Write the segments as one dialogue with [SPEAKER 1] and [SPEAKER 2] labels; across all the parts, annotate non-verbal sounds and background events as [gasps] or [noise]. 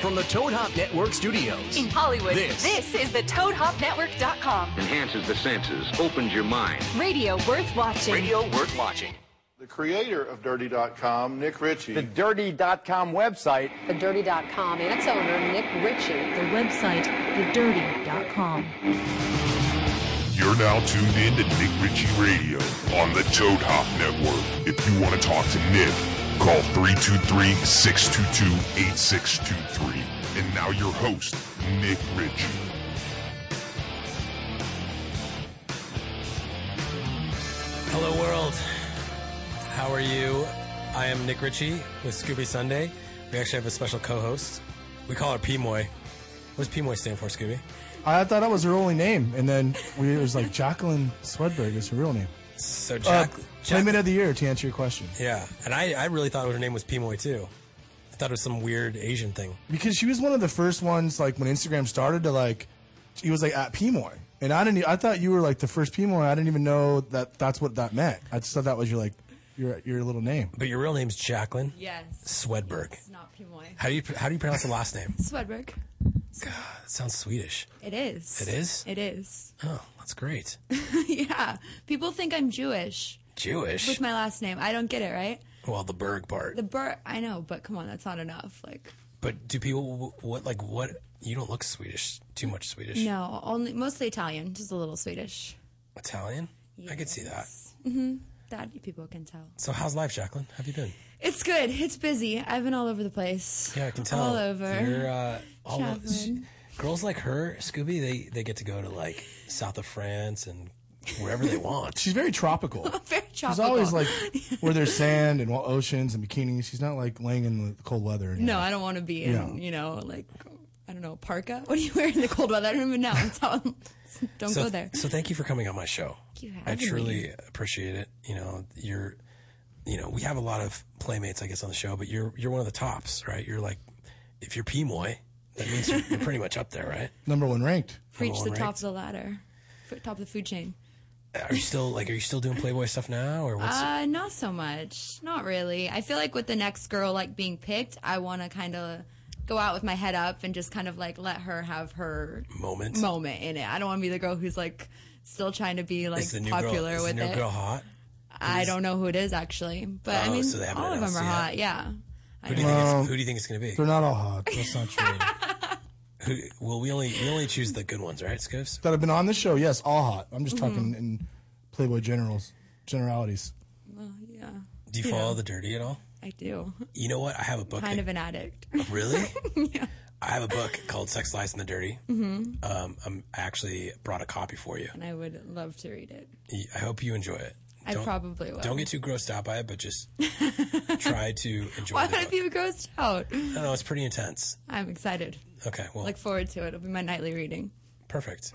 [SPEAKER 1] From the Toad Hop Network studios.
[SPEAKER 2] In Hollywood,
[SPEAKER 1] This.
[SPEAKER 2] is the ToadHopNetwork.com.
[SPEAKER 3] enhances the senses, opens your mind.
[SPEAKER 2] Radio worth watching.
[SPEAKER 1] Radio worth watching.
[SPEAKER 4] The creator of Dirty.com, Nick Ritchie.
[SPEAKER 5] The dirty.com website.
[SPEAKER 6] The Dirty.com and its owner, Nick Ritchie.
[SPEAKER 7] The website, thedirty.com.
[SPEAKER 8] You're now tuned in to Nick Ritchie Radio on the Toad Hop Network. If you want to talk to Nick, call 323-622-8623. And now your host, Nick Ritchie.
[SPEAKER 9] Hello, world. How are you? I am Nick Ritchie with Scooby Sunday. We actually have a special co-host. We call her P-Moy. What does P-Moy stand for, Scooby?
[SPEAKER 10] I thought that was her only name, and then we, it was like Jacqueline Swedberg is her real name.
[SPEAKER 9] So
[SPEAKER 10] Uh,
[SPEAKER 9] Jack. Jack-
[SPEAKER 10] Playmate of the year to answer your question,
[SPEAKER 9] yeah, and I, I really thought her name was P-Moy too. I thought it was some weird Asian thing.
[SPEAKER 10] because she was one of the first ones like when Instagram started to like, he was like at Pmoy, and I didn't. e- I thought you were like the first Pmoy. I didn't even know that that's what that meant. I just thought that was your like your your little name.
[SPEAKER 9] But your real name's Jacqueline
[SPEAKER 11] Yes.
[SPEAKER 9] Swedberg.
[SPEAKER 11] It's not Pimoy.
[SPEAKER 9] How do you how do you pronounce the last name?
[SPEAKER 11] [laughs] Swedberg.
[SPEAKER 9] It sounds Swedish.
[SPEAKER 11] It is.
[SPEAKER 9] It is?
[SPEAKER 11] It is.
[SPEAKER 9] Oh, that's great.
[SPEAKER 11] yeah. People think I'm Jewish
[SPEAKER 9] Jewish.
[SPEAKER 11] with my last name. I don't get it, right?
[SPEAKER 9] well, the Berg part.
[SPEAKER 11] The Bur I know, but come on, that's not enough. Like
[SPEAKER 9] But do people what like what? You don't look Swedish. Too much Swedish.
[SPEAKER 11] no, only mostly Italian, just a little Swedish.
[SPEAKER 9] Italian. I could see that.
[SPEAKER 11] That people can tell.
[SPEAKER 9] So how's life, Jacqueline? Have you been?
[SPEAKER 11] It's good. It's busy. I've been all over the place.
[SPEAKER 9] Yeah, I can tell.
[SPEAKER 11] All over.
[SPEAKER 9] You're,
[SPEAKER 11] [laughs]
[SPEAKER 9] uh, all of-
[SPEAKER 11] Jacqueline.
[SPEAKER 9] girls like her, Scooby, they, they get to go to like south of France and wherever they want.
[SPEAKER 11] [laughs]
[SPEAKER 10] She's very tropical.
[SPEAKER 11] Very
[SPEAKER 10] She's
[SPEAKER 11] tropical.
[SPEAKER 10] always
[SPEAKER 11] [laughs]
[SPEAKER 10] like where there's sand and oceans and bikinis. She's not like laying in the cold weather. and-
[SPEAKER 11] No, I don't want to be in,
[SPEAKER 10] No.
[SPEAKER 11] you know, like I don't know, parka. What do you wear in the cold weather? I don't even know. It's all- don't
[SPEAKER 9] so,
[SPEAKER 11] go there.
[SPEAKER 9] So thank you for coming on my show.
[SPEAKER 11] you for
[SPEAKER 9] I
[SPEAKER 11] having
[SPEAKER 9] truly appreciate it. You know, you're, you know, we have a lot of playmates, I guess, on the show, but you're you're one of the tops, right? You're like, if you're P-Moy, that means you're, you're pretty much up there, right?
[SPEAKER 10] Number one ranked.
[SPEAKER 11] Reach the
[SPEAKER 9] Number one
[SPEAKER 11] top of the ladder, f- top of the food chain.
[SPEAKER 9] Are you still like, are you still doing Playboy stuff now, or what's?
[SPEAKER 11] Uh, not so much. Not really. I feel like with the next girl like being picked, I want to kind of go out with my head up and just kind of like let her have her
[SPEAKER 9] Moment.
[SPEAKER 11] moment in it. I don't want to be the girl who's like still trying to be like
[SPEAKER 9] is the new girl,
[SPEAKER 11] popular
[SPEAKER 9] is
[SPEAKER 11] with
[SPEAKER 9] the new
[SPEAKER 11] it.
[SPEAKER 9] girl hot?
[SPEAKER 11] I don't know who it is actually, but I
[SPEAKER 9] Oh,
[SPEAKER 11] mean,
[SPEAKER 9] so they haven't
[SPEAKER 11] all of them
[SPEAKER 9] announced
[SPEAKER 11] are
[SPEAKER 9] yet.
[SPEAKER 11] hot. Yeah.
[SPEAKER 9] Who do you think? It's, who do you think it's gonna be?
[SPEAKER 10] Um, They're not all hot. That's not true.
[SPEAKER 9] Who, well, we only we only choose the good ones, right, Scoops?
[SPEAKER 10] that have been on the show. Yes, all hot. I'm just talking in Playboy generals, generalities.
[SPEAKER 11] Well, yeah,
[SPEAKER 9] Do you follow the dirty at all?
[SPEAKER 11] I do.
[SPEAKER 9] You know what? I have a book.
[SPEAKER 11] Kind
[SPEAKER 9] that-
[SPEAKER 11] of an addict.
[SPEAKER 9] really?
[SPEAKER 11] [laughs] yeah.
[SPEAKER 9] I have a book called Sex Lies and the Dirty. Mm-hmm. Um, I'm I actually brought a copy for you.
[SPEAKER 11] And I would love to read it.
[SPEAKER 9] Y- I hope you enjoy it.
[SPEAKER 11] I probably [laughs] will.
[SPEAKER 9] Don't get too grossed out by it, but
[SPEAKER 11] [laughs]
[SPEAKER 9] just try to enjoy.
[SPEAKER 11] Why
[SPEAKER 9] the
[SPEAKER 11] would I
[SPEAKER 9] book.
[SPEAKER 11] be grossed out?
[SPEAKER 9] I don't know. It's pretty intense.
[SPEAKER 11] I'm excited.
[SPEAKER 9] Okay. Well,
[SPEAKER 11] Look forward to it. It'll be my nightly reading. [laughs]
[SPEAKER 9] perfect.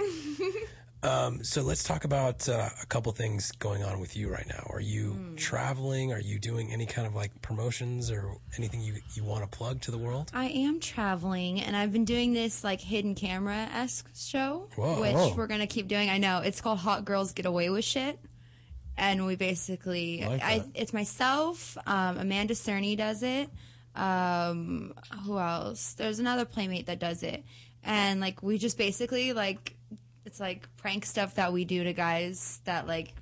[SPEAKER 9] um, so let's talk about uh, a couple things going on with you right now. Are you
[SPEAKER 11] Hmm.
[SPEAKER 9] traveling? Are you doing any kind of like promotions or anything you you want to plug to the world?
[SPEAKER 11] I am traveling, and I've been doing this like hidden camera esque show,
[SPEAKER 9] Whoa.
[SPEAKER 11] which
[SPEAKER 10] Whoa.
[SPEAKER 11] we're gonna keep doing. I know it's called Hot Girls Get Away with Shit, and we basically, I
[SPEAKER 10] like that.
[SPEAKER 11] it's myself, um, Amanda Cerny does it. Um, who else? There's another playmate that does it, and like we just basically like it's like prank stuff that we do to guys that like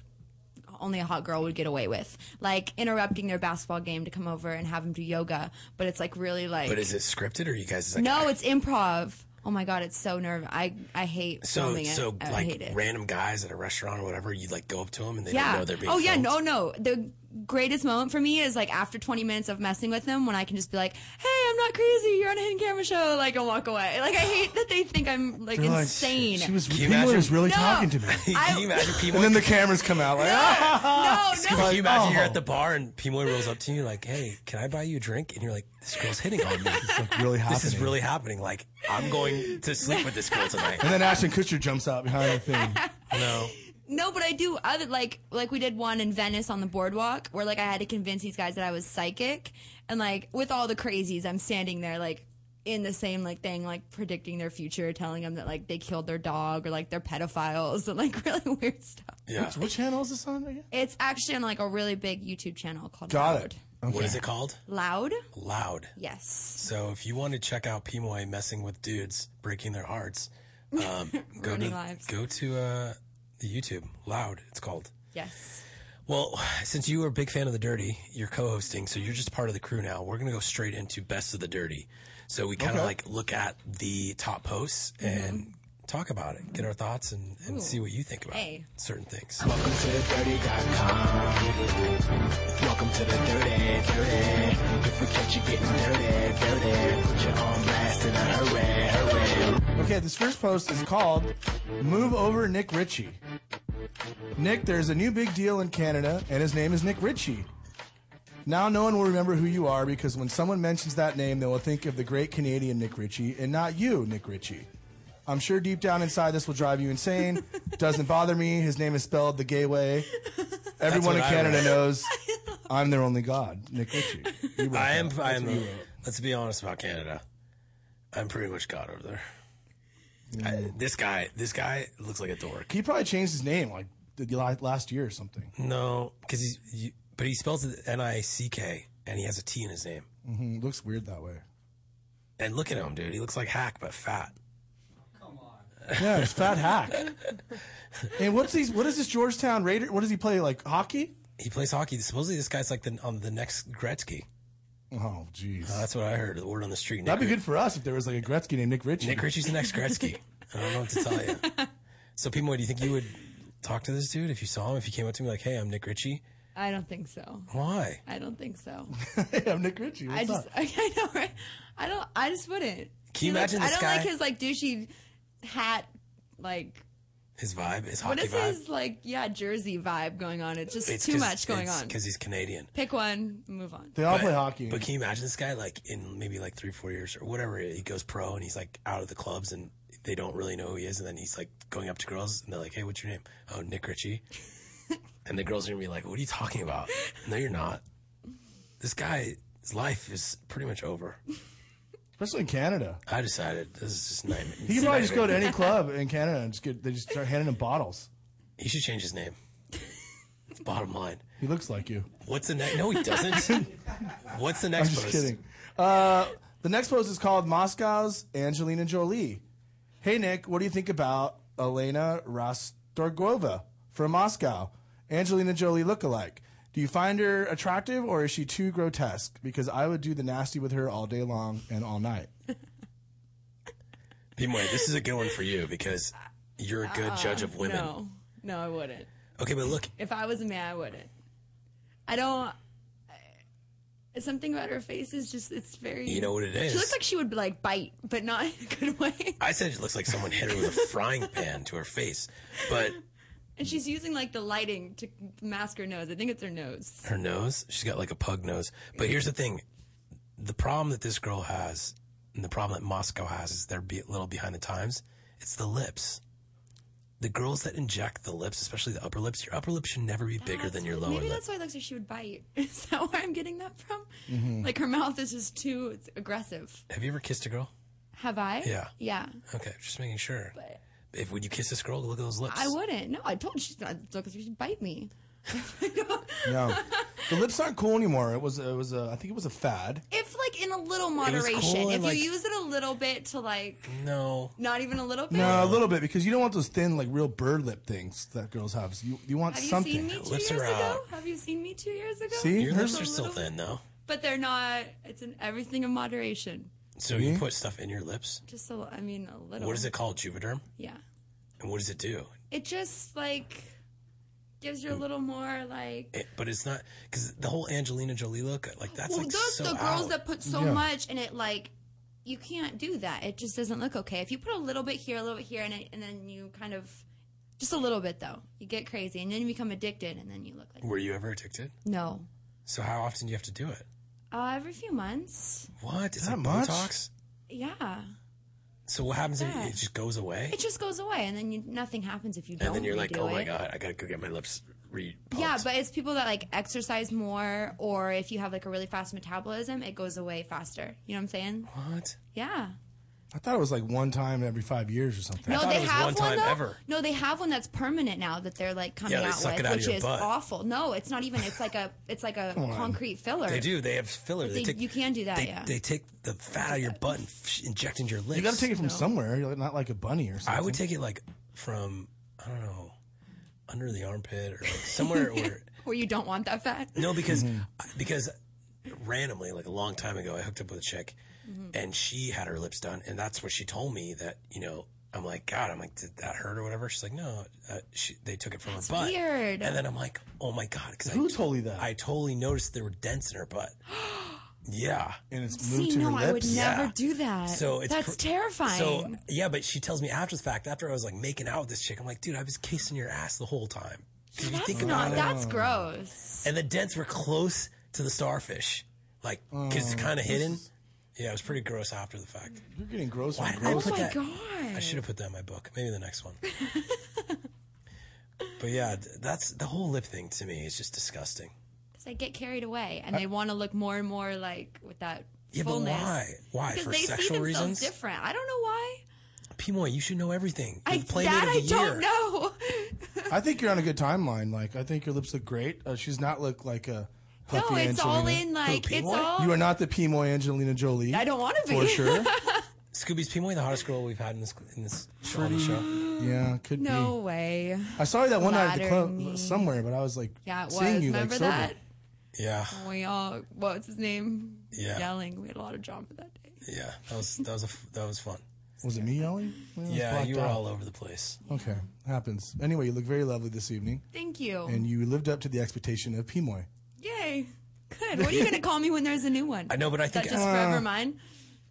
[SPEAKER 11] only a hot girl would get away with, like interrupting their basketball game to come over and have them do yoga. But it's like really like
[SPEAKER 9] But is it scripted or you guys? Like,
[SPEAKER 11] no, it's improv. Oh my god, it's so nerve. I I hate
[SPEAKER 9] So,
[SPEAKER 11] filming it.
[SPEAKER 9] so
[SPEAKER 11] I hate
[SPEAKER 9] like
[SPEAKER 11] it.
[SPEAKER 9] random guys at a restaurant or whatever, you like go up to them and they don't
[SPEAKER 11] yeah.
[SPEAKER 9] know they're being.
[SPEAKER 11] Oh yeah.
[SPEAKER 9] filmed?
[SPEAKER 11] No, no. The greatest moment for me is like after 20 minutes of messing with them when I can just be like, "Hey, I'm not crazy. You're on a hidden camera show." Like and walk away. Like I hate that they think I'm like
[SPEAKER 10] They're like,
[SPEAKER 11] insane.
[SPEAKER 10] She was,
[SPEAKER 9] Can you
[SPEAKER 10] Pimoy
[SPEAKER 9] imagine-
[SPEAKER 10] was really
[SPEAKER 11] No.
[SPEAKER 10] talking [laughs] to me.
[SPEAKER 11] I-
[SPEAKER 9] Can you
[SPEAKER 10] [laughs]
[SPEAKER 9] imagine
[SPEAKER 10] and
[SPEAKER 9] P-Moy?
[SPEAKER 10] then the cameras come out like, ah! [laughs]
[SPEAKER 11] no, no.
[SPEAKER 9] Can you imagine you're at the
[SPEAKER 10] Oh.
[SPEAKER 9] bar and P-Moy rolls up to you like, "Hey, can I buy you a drink?" And you're like, "This girl's hitting
[SPEAKER 10] [laughs]
[SPEAKER 9] on me.
[SPEAKER 10] It's like really happening.
[SPEAKER 9] this is really happening. Like, I'm going to sleep with this girl tonight."
[SPEAKER 10] [laughs] And then Ashton Kutcher jumps out behind the [laughs] thing.
[SPEAKER 9] No,
[SPEAKER 11] No, but I do other like like we did one in Venice on the boardwalk where like I had to convince these guys that I was psychic and like with all the crazies I'm standing there like in the same like thing like predicting their future telling them that like they killed their dog or like they're pedophiles and like [laughs] really weird stuff.
[SPEAKER 9] yeah.
[SPEAKER 10] What channel is this on again?
[SPEAKER 11] It's actually on like a really big YouTube channel called
[SPEAKER 10] Got
[SPEAKER 11] Loud.
[SPEAKER 10] it.
[SPEAKER 9] What is it called?
[SPEAKER 11] Loud?
[SPEAKER 9] Loud.
[SPEAKER 11] Yes.
[SPEAKER 9] So if you want to check out Pimoy messing with dudes, breaking their hearts, um, go to
[SPEAKER 11] Ruining lives.
[SPEAKER 9] go to uh, the YouTube. Loud, it's called.
[SPEAKER 11] Yes.
[SPEAKER 9] Well, since you were a big fan of the Dirty, you're co-hosting, so you're just part of the crew now. We're gonna go straight into Best of the Dirty. So we kind of like look at the top posts and talk about it, get our thoughts, and, and see what you think about
[SPEAKER 11] Hey.
[SPEAKER 9] certain things.
[SPEAKER 1] Welcome to the dirty.com. Welcome to the dirty, dirty. If we catch you getting dirty, dirty, put you on blast in a hurry, hurry.
[SPEAKER 10] Okay, this first post is called Move Over Nick Ritchie. Nick, there's a new big deal in Canada, and his name is Nick Ritchie. Now, no one will remember who you are because when someone mentions that name, they will think of the great Canadian Nick Ritchie and not you, Nick Ritchie. I'm sure deep down inside this will drive you insane. Doesn't bother me. His name is spelled the gay way. Everyone in
[SPEAKER 9] what I
[SPEAKER 10] Canada
[SPEAKER 9] wrote.
[SPEAKER 10] knows I'm their only God, Nick Ritchie. You wrote
[SPEAKER 9] I
[SPEAKER 10] that.
[SPEAKER 9] am. I
[SPEAKER 10] That's
[SPEAKER 9] am.
[SPEAKER 10] what you wrote.
[SPEAKER 9] Let's be honest about Canada. I'm pretty much god over there. I- this guy, this guy looks like a dork.
[SPEAKER 10] He probably changed his name like the la- last year or something.
[SPEAKER 9] No, because he's, you, but he spells it N I C K, and he has a T in his name.
[SPEAKER 10] Mm, looks weird that way.
[SPEAKER 9] And look at him, dude. He looks like hack, but fat.
[SPEAKER 10] Yeah, it's fat [laughs] hack. and what's these? What is this Georgetown Raider? What does he play? Like hockey?
[SPEAKER 9] He plays hockey. Supposedly, this guy's like the on the next Gretzky.
[SPEAKER 10] Oh, jeez.
[SPEAKER 9] That's what I heard. The word on the street.
[SPEAKER 10] That'd be
[SPEAKER 9] Nick-
[SPEAKER 10] good for us if there was like a Gretzky named Nick Ritchie.
[SPEAKER 9] Nick Ritchie's the next Gretzky. I don't know what to tell you. So, Pimoy, do you think you would talk to this dude if you saw him? If he came up to me like, "Hey, I'm Nick Ritchie,"
[SPEAKER 11] I don't think so.
[SPEAKER 9] why?
[SPEAKER 11] I don't think so.
[SPEAKER 10] [laughs] yeah, Nick Ritchie. What's
[SPEAKER 11] I just, [laughs]
[SPEAKER 10] up?
[SPEAKER 11] I, know, right? I don't, I just wouldn't.
[SPEAKER 9] Can you
[SPEAKER 11] He looks-
[SPEAKER 9] imagine
[SPEAKER 11] I
[SPEAKER 9] this
[SPEAKER 11] don't
[SPEAKER 9] guy?
[SPEAKER 11] like his like douchey hat, like,
[SPEAKER 9] His vibe, his
[SPEAKER 11] what
[SPEAKER 9] hockey
[SPEAKER 11] is
[SPEAKER 9] vibe.
[SPEAKER 11] his like, yeah, Jersey vibe going on? It's just too much going on.
[SPEAKER 9] because he's Canadian.
[SPEAKER 11] Pick one, move on.
[SPEAKER 10] They all play hockey.
[SPEAKER 9] But can you imagine this guy like in maybe like three, four years or whatever? He goes pro and he's like out of the clubs and they don't really know who he is. And then he's like going up to girls and they're like, "Hey, what's your name?" Oh,
[SPEAKER 10] [laughs]
[SPEAKER 9] Nick Ritchie. and the girls are gonna be like, "What are you talking about?" No, you're not. This guy, his life is pretty much over.
[SPEAKER 10] Especially in Canada.
[SPEAKER 9] I decided this is just nightmare.
[SPEAKER 10] He could probably just go to any club in Canada and just get, they just start handing him bottles.
[SPEAKER 9] He should change his name. It's bottom line.
[SPEAKER 10] He looks like you.
[SPEAKER 9] What's the next? No, he
[SPEAKER 10] [laughs]
[SPEAKER 9] doesn't. What's the
[SPEAKER 10] I'm
[SPEAKER 9] next?
[SPEAKER 10] just
[SPEAKER 9] post?
[SPEAKER 10] kidding. Uh, the next post is called Moscow's Angelina Jolie. Hey, Nick, what do you think about Elena Rastorgova from Moscow? Angelina Jolie lookalike. Do you find her attractive or is she too grotesque? Because I would do the nasty with her all day long and all night.
[SPEAKER 9] Pimoy, this is a good one for you because you're a good judge of women.
[SPEAKER 11] No, no, I wouldn't.
[SPEAKER 9] Okay, but look,
[SPEAKER 11] If I was a man, I wouldn't. I don't. I- Something about her face is just—it's very.
[SPEAKER 9] You know what it
[SPEAKER 11] She looks
[SPEAKER 9] is.
[SPEAKER 11] like she would like bite, but not [laughs] in a good way.
[SPEAKER 9] I said it looks like someone hit her with
[SPEAKER 11] [laughs]
[SPEAKER 9] a frying pan to her face, but
[SPEAKER 11] And she's using like the lighting to mask her nose. I think it's her nose.
[SPEAKER 9] her nose, she's got like a pug nose. But here's the thing the problem that this girl has, and the problem that Moscow has, is they're be a little behind the times. It's the lips. The girls that inject the lips, especially the upper lips, your upper lip should never be bigger than your lower
[SPEAKER 11] Maybe
[SPEAKER 9] lip.
[SPEAKER 11] that's why it looks like she would bite. [laughs] Is that where I'm getting that from?
[SPEAKER 10] Mm-hmm.
[SPEAKER 11] Like her mouth is just too it's aggressive.
[SPEAKER 9] Have you ever kissed a girl?
[SPEAKER 11] Have I?
[SPEAKER 9] Yeah.
[SPEAKER 11] Yeah.
[SPEAKER 9] Okay, just making sure. if would you kiss this girl, look at those lips.
[SPEAKER 11] I wouldn't. No, I told you she's not. It looks like she'd bite me. [laughs]
[SPEAKER 10] No. the lips aren't cool anymore. It was, it was a, I think it was a fad.
[SPEAKER 11] If like in a little
[SPEAKER 9] was cool
[SPEAKER 11] moderation,
[SPEAKER 9] and,
[SPEAKER 11] if
[SPEAKER 9] like-
[SPEAKER 11] you use it a little bit to like
[SPEAKER 9] No,
[SPEAKER 11] not even a little bit.
[SPEAKER 10] No, a little bit because you don't want those thin, like real bird lip things that girls have. You, you want
[SPEAKER 11] Have you
[SPEAKER 10] something.
[SPEAKER 11] seen me two
[SPEAKER 9] Lips
[SPEAKER 11] years
[SPEAKER 9] are
[SPEAKER 11] ago?
[SPEAKER 9] out.
[SPEAKER 11] Have you seen me two years ago?
[SPEAKER 10] See?
[SPEAKER 9] your lips
[SPEAKER 10] There's
[SPEAKER 9] are
[SPEAKER 10] a
[SPEAKER 9] still
[SPEAKER 11] little-
[SPEAKER 9] thin though.
[SPEAKER 11] But they're not. It's an everything in moderation.
[SPEAKER 9] So you put stuff in your lips.
[SPEAKER 11] Just a, li- I mean, a little.
[SPEAKER 9] What is it called, Juvederm?
[SPEAKER 11] Yeah.
[SPEAKER 9] And what does it do?
[SPEAKER 11] It just like gives you a little more like.
[SPEAKER 9] It, but it's not because the whole Angelina Jolie look, like that's
[SPEAKER 11] well,
[SPEAKER 9] like
[SPEAKER 11] those
[SPEAKER 9] so
[SPEAKER 11] the girls
[SPEAKER 9] out.
[SPEAKER 11] that put so
[SPEAKER 10] Yeah.
[SPEAKER 11] much and it like you can't do that. It just doesn't look okay. If you put a little bit here, a little bit here, and it, and then you kind of just a little bit though, you get crazy, and then you become addicted, and then you look like
[SPEAKER 9] Were you ever addicted?
[SPEAKER 11] no.
[SPEAKER 9] So how often do you have to do it?
[SPEAKER 11] Uh, every few months,
[SPEAKER 9] What? It's
[SPEAKER 10] That
[SPEAKER 9] like
[SPEAKER 10] much?
[SPEAKER 9] Botox.
[SPEAKER 11] yeah,
[SPEAKER 9] So what happens
[SPEAKER 11] Yeah.
[SPEAKER 9] if it just goes away?
[SPEAKER 11] it just goes away, and then you, nothing happens if you don't.
[SPEAKER 9] and then you're like,
[SPEAKER 11] redo
[SPEAKER 9] oh my
[SPEAKER 11] it.
[SPEAKER 9] god, I gotta go get my lips re.
[SPEAKER 11] Yeah, but it's people that like exercise more, or if you have like a really fast metabolism, it goes away faster. You know what I'm saying?
[SPEAKER 9] what?
[SPEAKER 11] Yeah.
[SPEAKER 10] I thought it was like one time every five years or something.
[SPEAKER 11] No,
[SPEAKER 9] thought it
[SPEAKER 11] they
[SPEAKER 9] was
[SPEAKER 11] have
[SPEAKER 9] one
[SPEAKER 11] one,
[SPEAKER 9] time
[SPEAKER 11] though.
[SPEAKER 9] ever.
[SPEAKER 11] No, they have one that's permanent now that they're like coming
[SPEAKER 9] Yeah, they
[SPEAKER 11] out
[SPEAKER 9] suck
[SPEAKER 11] with,
[SPEAKER 9] it out of
[SPEAKER 11] which
[SPEAKER 9] your
[SPEAKER 11] is
[SPEAKER 9] butt.
[SPEAKER 11] awful. No, it's not even. It's like a it's
[SPEAKER 9] [laughs]
[SPEAKER 11] like a concrete filler.
[SPEAKER 9] They do. They have filler.
[SPEAKER 11] But
[SPEAKER 9] They,
[SPEAKER 11] they-
[SPEAKER 9] take,
[SPEAKER 11] you can do that,
[SPEAKER 9] They,
[SPEAKER 11] yeah.
[SPEAKER 9] they take the fat out of your butt and f- inject into your lips.
[SPEAKER 10] You got to take it from somewhere, You're like- not like a bunny or something.
[SPEAKER 9] I would take it like from I don't know under the armpit or like
[SPEAKER 11] [laughs]
[SPEAKER 9] somewhere where
[SPEAKER 11] Where you don't want that fat.
[SPEAKER 9] no because because randomly like a long time ago I hooked up with a chick
[SPEAKER 11] Mm-hmm.
[SPEAKER 9] and she had her lips done and that's what she told me that you know I'm like God I'm like did that hurt or whatever she's like no uh, she, they took it from her butt
[SPEAKER 11] weird.
[SPEAKER 9] and then I'm like oh my God because
[SPEAKER 10] Who
[SPEAKER 9] I
[SPEAKER 10] told you that?
[SPEAKER 9] I totally noticed there were dents in her
[SPEAKER 11] [gasps]
[SPEAKER 9] butt yeah
[SPEAKER 10] and it's moved
[SPEAKER 11] See,
[SPEAKER 10] to
[SPEAKER 11] no,
[SPEAKER 10] her
[SPEAKER 11] I would
[SPEAKER 10] lips.
[SPEAKER 11] never
[SPEAKER 9] Yeah.
[SPEAKER 11] do that.
[SPEAKER 9] So it's
[SPEAKER 11] that's
[SPEAKER 9] cr-
[SPEAKER 11] terrifying.
[SPEAKER 9] So yeah, but she tells me after the fact, after I was like making out with this chick, I'm like, dude, I was kissing your ass the whole time. Did you think
[SPEAKER 11] that's
[SPEAKER 9] about
[SPEAKER 11] not.
[SPEAKER 9] it?
[SPEAKER 11] That's gross.
[SPEAKER 9] And the dents were close to the starfish, like because
[SPEAKER 11] Oh.
[SPEAKER 9] it's kind of hidden. Yeah, it was pretty gross after the fact.
[SPEAKER 10] You're getting gross.
[SPEAKER 9] Why
[SPEAKER 10] and
[SPEAKER 9] did I [laughs]
[SPEAKER 10] gross.
[SPEAKER 9] put
[SPEAKER 11] Oh my
[SPEAKER 9] that?
[SPEAKER 11] God.
[SPEAKER 9] I should have put that in my book. Maybe the next one. but yeah, th- that's the whole lip thing to me is just disgusting.
[SPEAKER 11] Because they get carried away and they want to look more and more like with that
[SPEAKER 9] Yeah, but
[SPEAKER 11] fullness.
[SPEAKER 9] why? Why
[SPEAKER 11] Because
[SPEAKER 9] for
[SPEAKER 11] they see
[SPEAKER 9] sexual
[SPEAKER 11] themselves
[SPEAKER 9] reasons?
[SPEAKER 11] different. I don't know why.
[SPEAKER 9] Pimoy, you should know everything. You're
[SPEAKER 11] I,
[SPEAKER 9] the playmate
[SPEAKER 11] that
[SPEAKER 9] of
[SPEAKER 11] I
[SPEAKER 9] the year.
[SPEAKER 11] don't know. [laughs]
[SPEAKER 10] I think you're on a good timeline. Like I think your lips look great. Uh, she's not look like a.
[SPEAKER 11] No,
[SPEAKER 10] puffy
[SPEAKER 11] it's all
[SPEAKER 10] Angelina.
[SPEAKER 11] in like it's
[SPEAKER 9] Pimoy?
[SPEAKER 11] all.
[SPEAKER 10] You are not the Pimoy Angelina Jolie.
[SPEAKER 11] I don't want to be.
[SPEAKER 10] for
[SPEAKER 11] [laughs]
[SPEAKER 10] sure.
[SPEAKER 9] Scooby's Pimoy, the hottest girl we've had in this in this show, on the show.
[SPEAKER 10] Yeah, could
[SPEAKER 11] No
[SPEAKER 9] Mm.
[SPEAKER 11] way.
[SPEAKER 10] be. I saw you that one night at the
[SPEAKER 11] Flatter
[SPEAKER 10] club
[SPEAKER 11] me.
[SPEAKER 10] somewhere, but I was like
[SPEAKER 11] Yeah, it was.
[SPEAKER 10] seeing you
[SPEAKER 11] Remember
[SPEAKER 10] like sober.
[SPEAKER 11] that?
[SPEAKER 9] Yeah.
[SPEAKER 11] We all what's his name?
[SPEAKER 9] Yeah.
[SPEAKER 11] Yelling. We had a lot of drama that day.
[SPEAKER 9] Yeah, that was that was a f that was fun.
[SPEAKER 10] Was it me yelling? Well, I was
[SPEAKER 9] Yeah, you
[SPEAKER 10] blacked
[SPEAKER 9] were
[SPEAKER 10] out.
[SPEAKER 9] all over the place.
[SPEAKER 10] Okay, happens. Anyway, you look very lovely this evening,
[SPEAKER 11] Thank you.
[SPEAKER 10] and you lived up to the expectation of Pimoy.
[SPEAKER 11] Yay. Good. What are
[SPEAKER 9] [laughs]
[SPEAKER 11] you gonna call me when there's a new one?
[SPEAKER 9] I know, but I Uh.
[SPEAKER 11] Is that
[SPEAKER 9] think
[SPEAKER 11] just forever mine?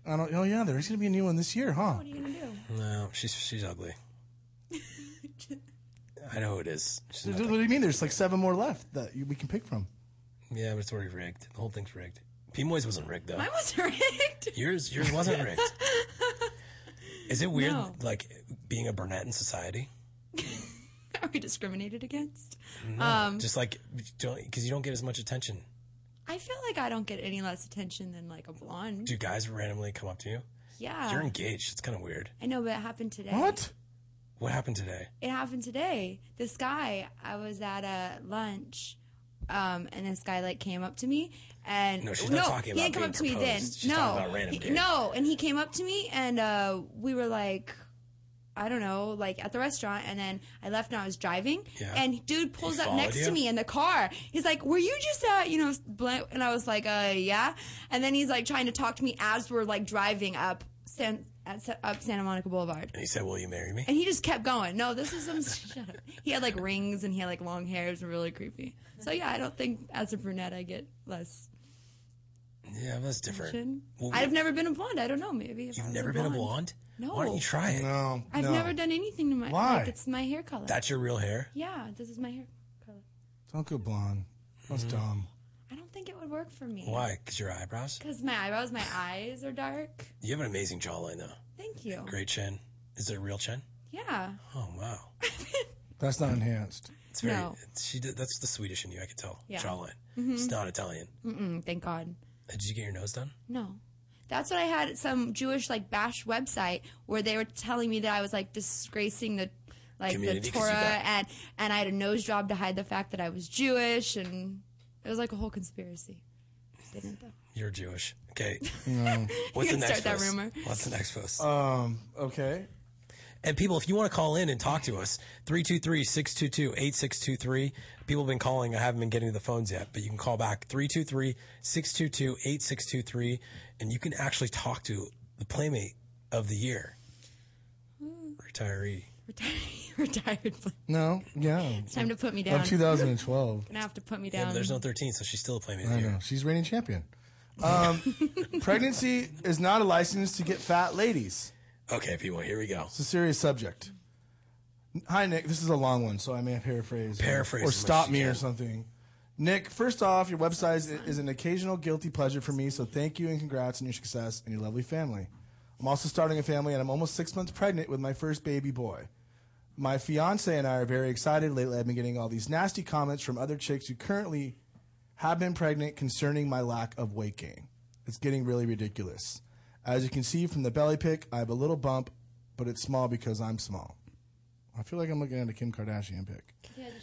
[SPEAKER 10] I don't. Oh yeah, there's gonna be a new one this year, huh?
[SPEAKER 11] What are you gonna do?
[SPEAKER 9] no, she's she's
[SPEAKER 11] [laughs]
[SPEAKER 9] ugly. I know it is. She's
[SPEAKER 10] What
[SPEAKER 9] not-
[SPEAKER 10] do you mean? There's like seven more left that you, we can pick from.
[SPEAKER 9] yeah, but it's already rigged. The whole thing's rigged. Pimoy's wasn't rigged though.
[SPEAKER 11] Mine was [laughs] rigged.
[SPEAKER 9] Yours
[SPEAKER 11] [laughs]
[SPEAKER 9] yours wasn't rigged. Is it weird
[SPEAKER 11] No.
[SPEAKER 9] like being a brunette in society?
[SPEAKER 11] Are we discriminated against? Um,
[SPEAKER 9] Just like don't because you don't get as much attention.
[SPEAKER 11] I feel like I don't get any less attention than like a blonde.
[SPEAKER 9] Do guys randomly come up to you?
[SPEAKER 11] Yeah.
[SPEAKER 9] You're engaged. It's kind of weird.
[SPEAKER 11] I know, but it happened today.
[SPEAKER 10] What?
[SPEAKER 9] What happened today?
[SPEAKER 11] it happened today. This guy, I was at a lunch, um, and this guy like came up to me and
[SPEAKER 9] No, she's not talking
[SPEAKER 11] he
[SPEAKER 9] about
[SPEAKER 11] didn't come
[SPEAKER 9] being
[SPEAKER 11] up to me then.
[SPEAKER 9] proposed. She's
[SPEAKER 11] no,
[SPEAKER 9] talking about random
[SPEAKER 11] He-
[SPEAKER 9] dating.
[SPEAKER 11] no, and he came up to me and uh, we were like. I don't know, like at the restaurant, and then I left and I was driving,
[SPEAKER 9] Yeah.
[SPEAKER 11] and dude pulls
[SPEAKER 9] He
[SPEAKER 11] up
[SPEAKER 9] followed
[SPEAKER 11] next
[SPEAKER 9] you?
[SPEAKER 11] to me in the car. He's like, "Were you just at, you know?" bl- And I was like, "Uh, yeah." And then he's like trying to talk to me as we're like driving up San at, Sa- up Santa Monica Boulevard.
[SPEAKER 9] And he said, "Will you marry me?"
[SPEAKER 11] And he just kept going. No, this is some. [laughs] shut up. He had like rings and he had like long hair. It was really creepy. So yeah, I don't think as a brunette I get less
[SPEAKER 9] Yeah, well, that's different.
[SPEAKER 11] attention.
[SPEAKER 9] Well,
[SPEAKER 11] I've never been a blonde. I don't know. Maybe if I
[SPEAKER 9] You've
[SPEAKER 11] was
[SPEAKER 9] never been a blonde?
[SPEAKER 11] No.
[SPEAKER 9] Why don't you try it?
[SPEAKER 10] No,
[SPEAKER 11] I've
[SPEAKER 10] no.
[SPEAKER 11] never done anything to my.
[SPEAKER 10] Why?
[SPEAKER 11] Like, it's my hair color.
[SPEAKER 9] That's your real hair?
[SPEAKER 11] yeah, this is my hair color.
[SPEAKER 10] Don't go blonde. That's dumb.
[SPEAKER 11] I don't think it would work for me.
[SPEAKER 9] Why? Because your eyebrows?
[SPEAKER 11] Because my eyebrows, my eyes are dark.
[SPEAKER 9] You have an amazing jawline, though.
[SPEAKER 11] Thank you.
[SPEAKER 9] Great chin. Is it a real chin?
[SPEAKER 11] Yeah.
[SPEAKER 9] Oh, wow.
[SPEAKER 10] That's not enhanced.
[SPEAKER 9] It's very,
[SPEAKER 11] No.
[SPEAKER 9] it's- she did, that's the Swedish in you, I could tell.
[SPEAKER 11] Yeah. Mm-hmm.
[SPEAKER 9] Jawline. It's not Italian.
[SPEAKER 11] Mm, thank God.
[SPEAKER 9] Uh, Did you get your nose done?
[SPEAKER 11] No. That's what I had at some Jewish like bash website where they were telling me that I was like disgracing the like
[SPEAKER 9] Community
[SPEAKER 11] the
[SPEAKER 9] 'cause you
[SPEAKER 11] Torah
[SPEAKER 9] got-
[SPEAKER 11] and and I had a nose job to hide the fact that I was Jewish and it was like a whole conspiracy. Didn't though. [laughs]
[SPEAKER 9] You're Jewish. Okay. What's
[SPEAKER 11] You
[SPEAKER 9] the
[SPEAKER 11] can
[SPEAKER 9] next
[SPEAKER 11] start that
[SPEAKER 9] post?
[SPEAKER 11] rumor.
[SPEAKER 9] What's the next post?
[SPEAKER 10] Um. Okay.
[SPEAKER 9] And people, if you want to call in and talk to us, 323 622 8623. People have been calling. I haven't been getting to the phones yet, but you can call back 323 622 8623 and you can actually talk to the Playmate of the Year, retiree.
[SPEAKER 11] Retired retired It's
[SPEAKER 10] No. Yeah.
[SPEAKER 11] time to put me
[SPEAKER 10] Of
[SPEAKER 11] down. You're
[SPEAKER 10] 2012.
[SPEAKER 11] gonna have to put me
[SPEAKER 9] Yeah,
[SPEAKER 11] down.
[SPEAKER 9] but there's no 13, so she's still a Playmate of
[SPEAKER 10] I
[SPEAKER 9] the
[SPEAKER 10] know.
[SPEAKER 9] Year.
[SPEAKER 10] She's reigning champion.
[SPEAKER 11] [laughs]
[SPEAKER 10] Um, pregnancy is not a license to get fat ladies.
[SPEAKER 9] Okay, people, here we go.
[SPEAKER 10] It's a serious subject. Hi, Nick. This is a long one, so I may paraphrase. or- Or
[SPEAKER 9] Paraphrase as much as
[SPEAKER 10] stop
[SPEAKER 9] you
[SPEAKER 10] me
[SPEAKER 9] can.
[SPEAKER 10] or something. Nick, first off, your website is, is an occasional guilty pleasure for me, so thank you and congrats on your success and your lovely family. I'm also starting a family, and I'm almost six months pregnant with my first baby boy. My fiance and I are very excited. Lately, I've been getting all these nasty comments from other chicks who currently have been pregnant concerning my lack of weight gain. It's getting really ridiculous. As you can see from the belly pic, I have a little bump, but it's small because I'm small. I feel like I'm looking at a Kim Kardashian pic.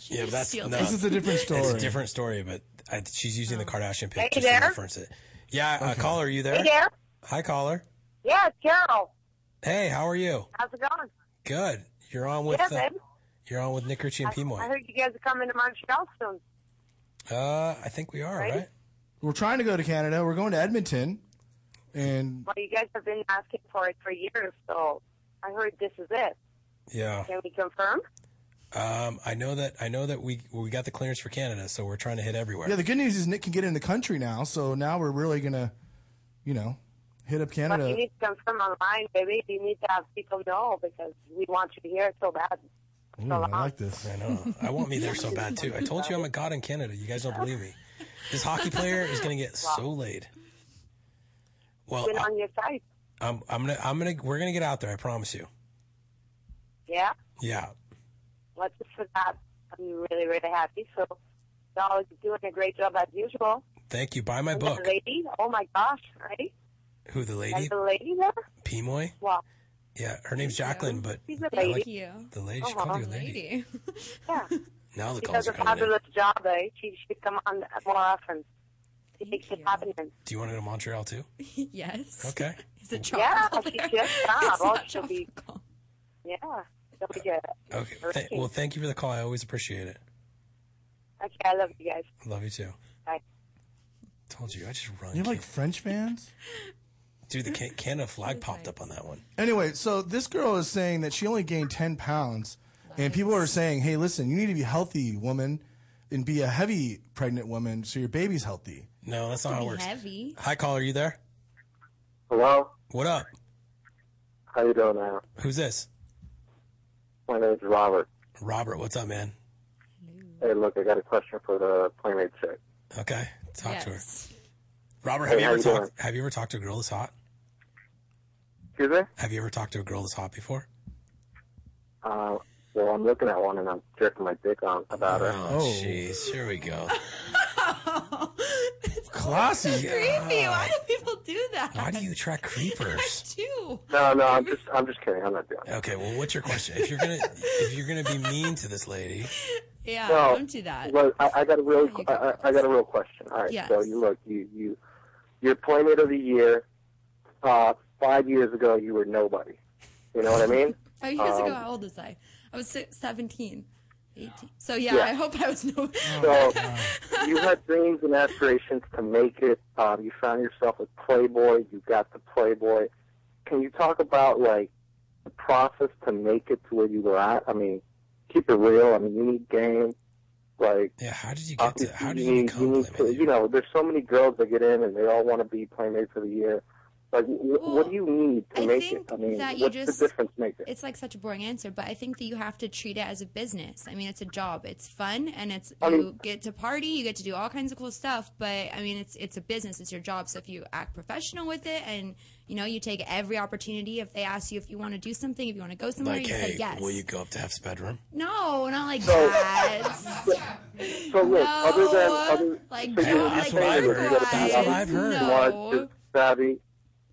[SPEAKER 9] Yeah, but that's no,
[SPEAKER 10] This is a different
[SPEAKER 9] It's a
[SPEAKER 10] story.
[SPEAKER 9] different story, but I, she's using the Kardashian pic
[SPEAKER 12] Oh. Hey
[SPEAKER 9] just to
[SPEAKER 12] there.
[SPEAKER 9] reference it. Yeah, uh, caller, are you there?
[SPEAKER 12] Hey there.
[SPEAKER 9] Hi, caller.
[SPEAKER 12] Yeah, it's Carol.
[SPEAKER 9] Hey, how are you?
[SPEAKER 12] How's it going?
[SPEAKER 9] Good. You're on with
[SPEAKER 12] Yeah,
[SPEAKER 9] uh,
[SPEAKER 12] babe.
[SPEAKER 9] you're on with Nick Ritchie and P
[SPEAKER 12] I
[SPEAKER 9] Moy.
[SPEAKER 12] heard you guys are coming to Montreal soon.
[SPEAKER 9] Uh, I think we are right.
[SPEAKER 10] We're trying to go to Canada. We're going to Edmonton, and
[SPEAKER 12] Well, you guys have been asking for it for years, so I heard this is it.
[SPEAKER 9] Yeah.
[SPEAKER 12] Can we confirm?
[SPEAKER 9] Um, I know that I know that we we got the clearance for Canada, so we're trying to hit everywhere.
[SPEAKER 10] yeah, the good news is Nick can get in the country now. So now we're really gonna, you know, hit up
[SPEAKER 12] But
[SPEAKER 10] Canada.
[SPEAKER 12] you need to confirm online, baby. You need to have people know because we want you to hear it so bad.
[SPEAKER 10] Ooh, I like this.
[SPEAKER 9] I know. I want me there so bad too. I
[SPEAKER 12] [laughs]
[SPEAKER 9] told you I'm a god in Canada. You guys don't believe me. This hockey player is
[SPEAKER 12] [laughs]
[SPEAKER 9] gonna get so laid. Well,
[SPEAKER 12] Been
[SPEAKER 9] I,
[SPEAKER 12] on your site.
[SPEAKER 9] I'm I'm gonna I'm gonna we're gonna get out there. I promise you.
[SPEAKER 12] Yeah?
[SPEAKER 9] Yeah.
[SPEAKER 12] What's us for that. I'm really, really happy. So, y'all is doing a great job as usual.
[SPEAKER 9] Thank you. Buy my
[SPEAKER 12] And
[SPEAKER 9] book.
[SPEAKER 12] That lady, oh my gosh, right?
[SPEAKER 9] Who the lady?
[SPEAKER 12] And the lady there?
[SPEAKER 9] P Moy.
[SPEAKER 12] Well,
[SPEAKER 9] Yeah, her name's Jacqueline, but
[SPEAKER 11] She's a
[SPEAKER 9] I
[SPEAKER 11] lady.
[SPEAKER 9] like
[SPEAKER 11] Thank you.
[SPEAKER 9] the lady. She called you a lady.
[SPEAKER 11] lady.
[SPEAKER 9] Now the
[SPEAKER 12] Uh-huh. she
[SPEAKER 9] calls
[SPEAKER 12] does
[SPEAKER 9] are
[SPEAKER 12] a
[SPEAKER 9] coming in.
[SPEAKER 12] fabulous job, eh? She should come on more often. She makes it happen.
[SPEAKER 9] Do you want to go to Montreal too?
[SPEAKER 11] [laughs] yes.
[SPEAKER 9] Okay.
[SPEAKER 11] It's a job.
[SPEAKER 12] Yeah,
[SPEAKER 11] out
[SPEAKER 12] she
[SPEAKER 11] there.
[SPEAKER 12] should job.
[SPEAKER 11] [laughs] It's
[SPEAKER 12] Oh,
[SPEAKER 11] not
[SPEAKER 12] she'll be,
[SPEAKER 11] tropical.
[SPEAKER 12] yeah. Don't be good.
[SPEAKER 9] Okay. Th- well, thank you for the call. I always appreciate it.
[SPEAKER 12] Okay, I love you guys.
[SPEAKER 9] Love you too.
[SPEAKER 12] Bye.
[SPEAKER 9] Told you, I just run.
[SPEAKER 10] You're like French fans.
[SPEAKER 9] Dude, the can- Canada flag popped up on that one.
[SPEAKER 10] Anyway, so this girl is saying that she only gained 10 pounds, and people are saying, hey, listen, you need to be healthy, woman, and be a heavy pregnant woman so your baby's healthy.
[SPEAKER 9] No, that's not how it works.
[SPEAKER 11] Heavy.
[SPEAKER 9] Hi, caller. Are you there?
[SPEAKER 13] Hello,
[SPEAKER 9] What up?
[SPEAKER 13] how you doing now?
[SPEAKER 9] Who's this?
[SPEAKER 13] My name's Robert.
[SPEAKER 9] Robert. What's up, man?
[SPEAKER 13] Hey, look, I got a question for the playmate chick.
[SPEAKER 9] Okay. Talk to her.
[SPEAKER 11] Yes.
[SPEAKER 9] Robert,
[SPEAKER 13] Hey,
[SPEAKER 9] have you
[SPEAKER 13] how
[SPEAKER 9] ever
[SPEAKER 13] you
[SPEAKER 9] talked?
[SPEAKER 13] doing?
[SPEAKER 9] Have you ever talked to a girl that's hot?
[SPEAKER 13] Excuse me?
[SPEAKER 9] Have you ever talked to a girl that's hot before?
[SPEAKER 13] Uh, well, I'm looking at one and I'm jerking my dick on about her.
[SPEAKER 9] Oh, jeez. Here we go.
[SPEAKER 10] Classy.
[SPEAKER 11] Creepy. [laughs] Why do people do that?
[SPEAKER 9] Why do you attract creepers?
[SPEAKER 11] Too.
[SPEAKER 13] No, no, I'm just, I'm just kidding. I'm not doing it.
[SPEAKER 9] Okay, well, what's your question? If you're gonna if you're gonna be mean to this lady,
[SPEAKER 11] Yeah.
[SPEAKER 13] No,
[SPEAKER 11] don't do that.
[SPEAKER 13] Well, I, I got a real, I, I- I got a real question. All right,
[SPEAKER 11] Yes.
[SPEAKER 13] so you look, you, you, your playmate of the year. Uh, five years ago, you were nobody. You know what I mean?
[SPEAKER 11] [laughs] Five years ago,
[SPEAKER 13] Um,
[SPEAKER 11] how old was I? I was si- 17, 18. So yeah,
[SPEAKER 13] Yeah.
[SPEAKER 11] I hope I was no. [laughs]
[SPEAKER 13] So you had dreams and aspirations to make it. Um, you found yourself a Playboy. You got the Playboy. Can you talk about like the process to make it to where you were at? I mean, keep it real. I mean, you need game. Like,
[SPEAKER 9] yeah, how did you get
[SPEAKER 13] obviously
[SPEAKER 9] to how did
[SPEAKER 13] you,
[SPEAKER 9] you
[SPEAKER 13] need, you
[SPEAKER 9] become
[SPEAKER 13] need
[SPEAKER 9] Playmate?
[SPEAKER 13] to, you know, there's so many girls that get in and they all want to be Playmates of the Year. Like, w- what do you need to
[SPEAKER 11] I
[SPEAKER 13] make it?
[SPEAKER 11] think
[SPEAKER 13] I mean,
[SPEAKER 11] that you
[SPEAKER 13] what's
[SPEAKER 11] just-
[SPEAKER 13] the difference maker?
[SPEAKER 11] It's like such a boring answer, but I think that you have to treat it as a business. I mean, it's a job. It's fun, and it's
[SPEAKER 13] I mean-
[SPEAKER 11] you get to party, you get to do all kinds of cool stuff. But I mean, it's it's a business. It's your job. So if you act professional with it, and you know, you take every opportunity. If they ask you if you want to do something, if you want to go somewhere,
[SPEAKER 9] Like,
[SPEAKER 11] you
[SPEAKER 9] hey,
[SPEAKER 11] say yes.
[SPEAKER 9] will you go up to F's bedroom?
[SPEAKER 11] No, not like that.
[SPEAKER 13] [laughs] So look, other than
[SPEAKER 11] No,
[SPEAKER 13] other,
[SPEAKER 11] like,
[SPEAKER 13] so you
[SPEAKER 11] don't
[SPEAKER 13] would be
[SPEAKER 11] like
[SPEAKER 13] saying
[SPEAKER 11] that,
[SPEAKER 13] that you gotta
[SPEAKER 11] guys.
[SPEAKER 13] be
[SPEAKER 9] That's what I've heard.
[SPEAKER 13] smart,
[SPEAKER 11] No.
[SPEAKER 13] just savvy.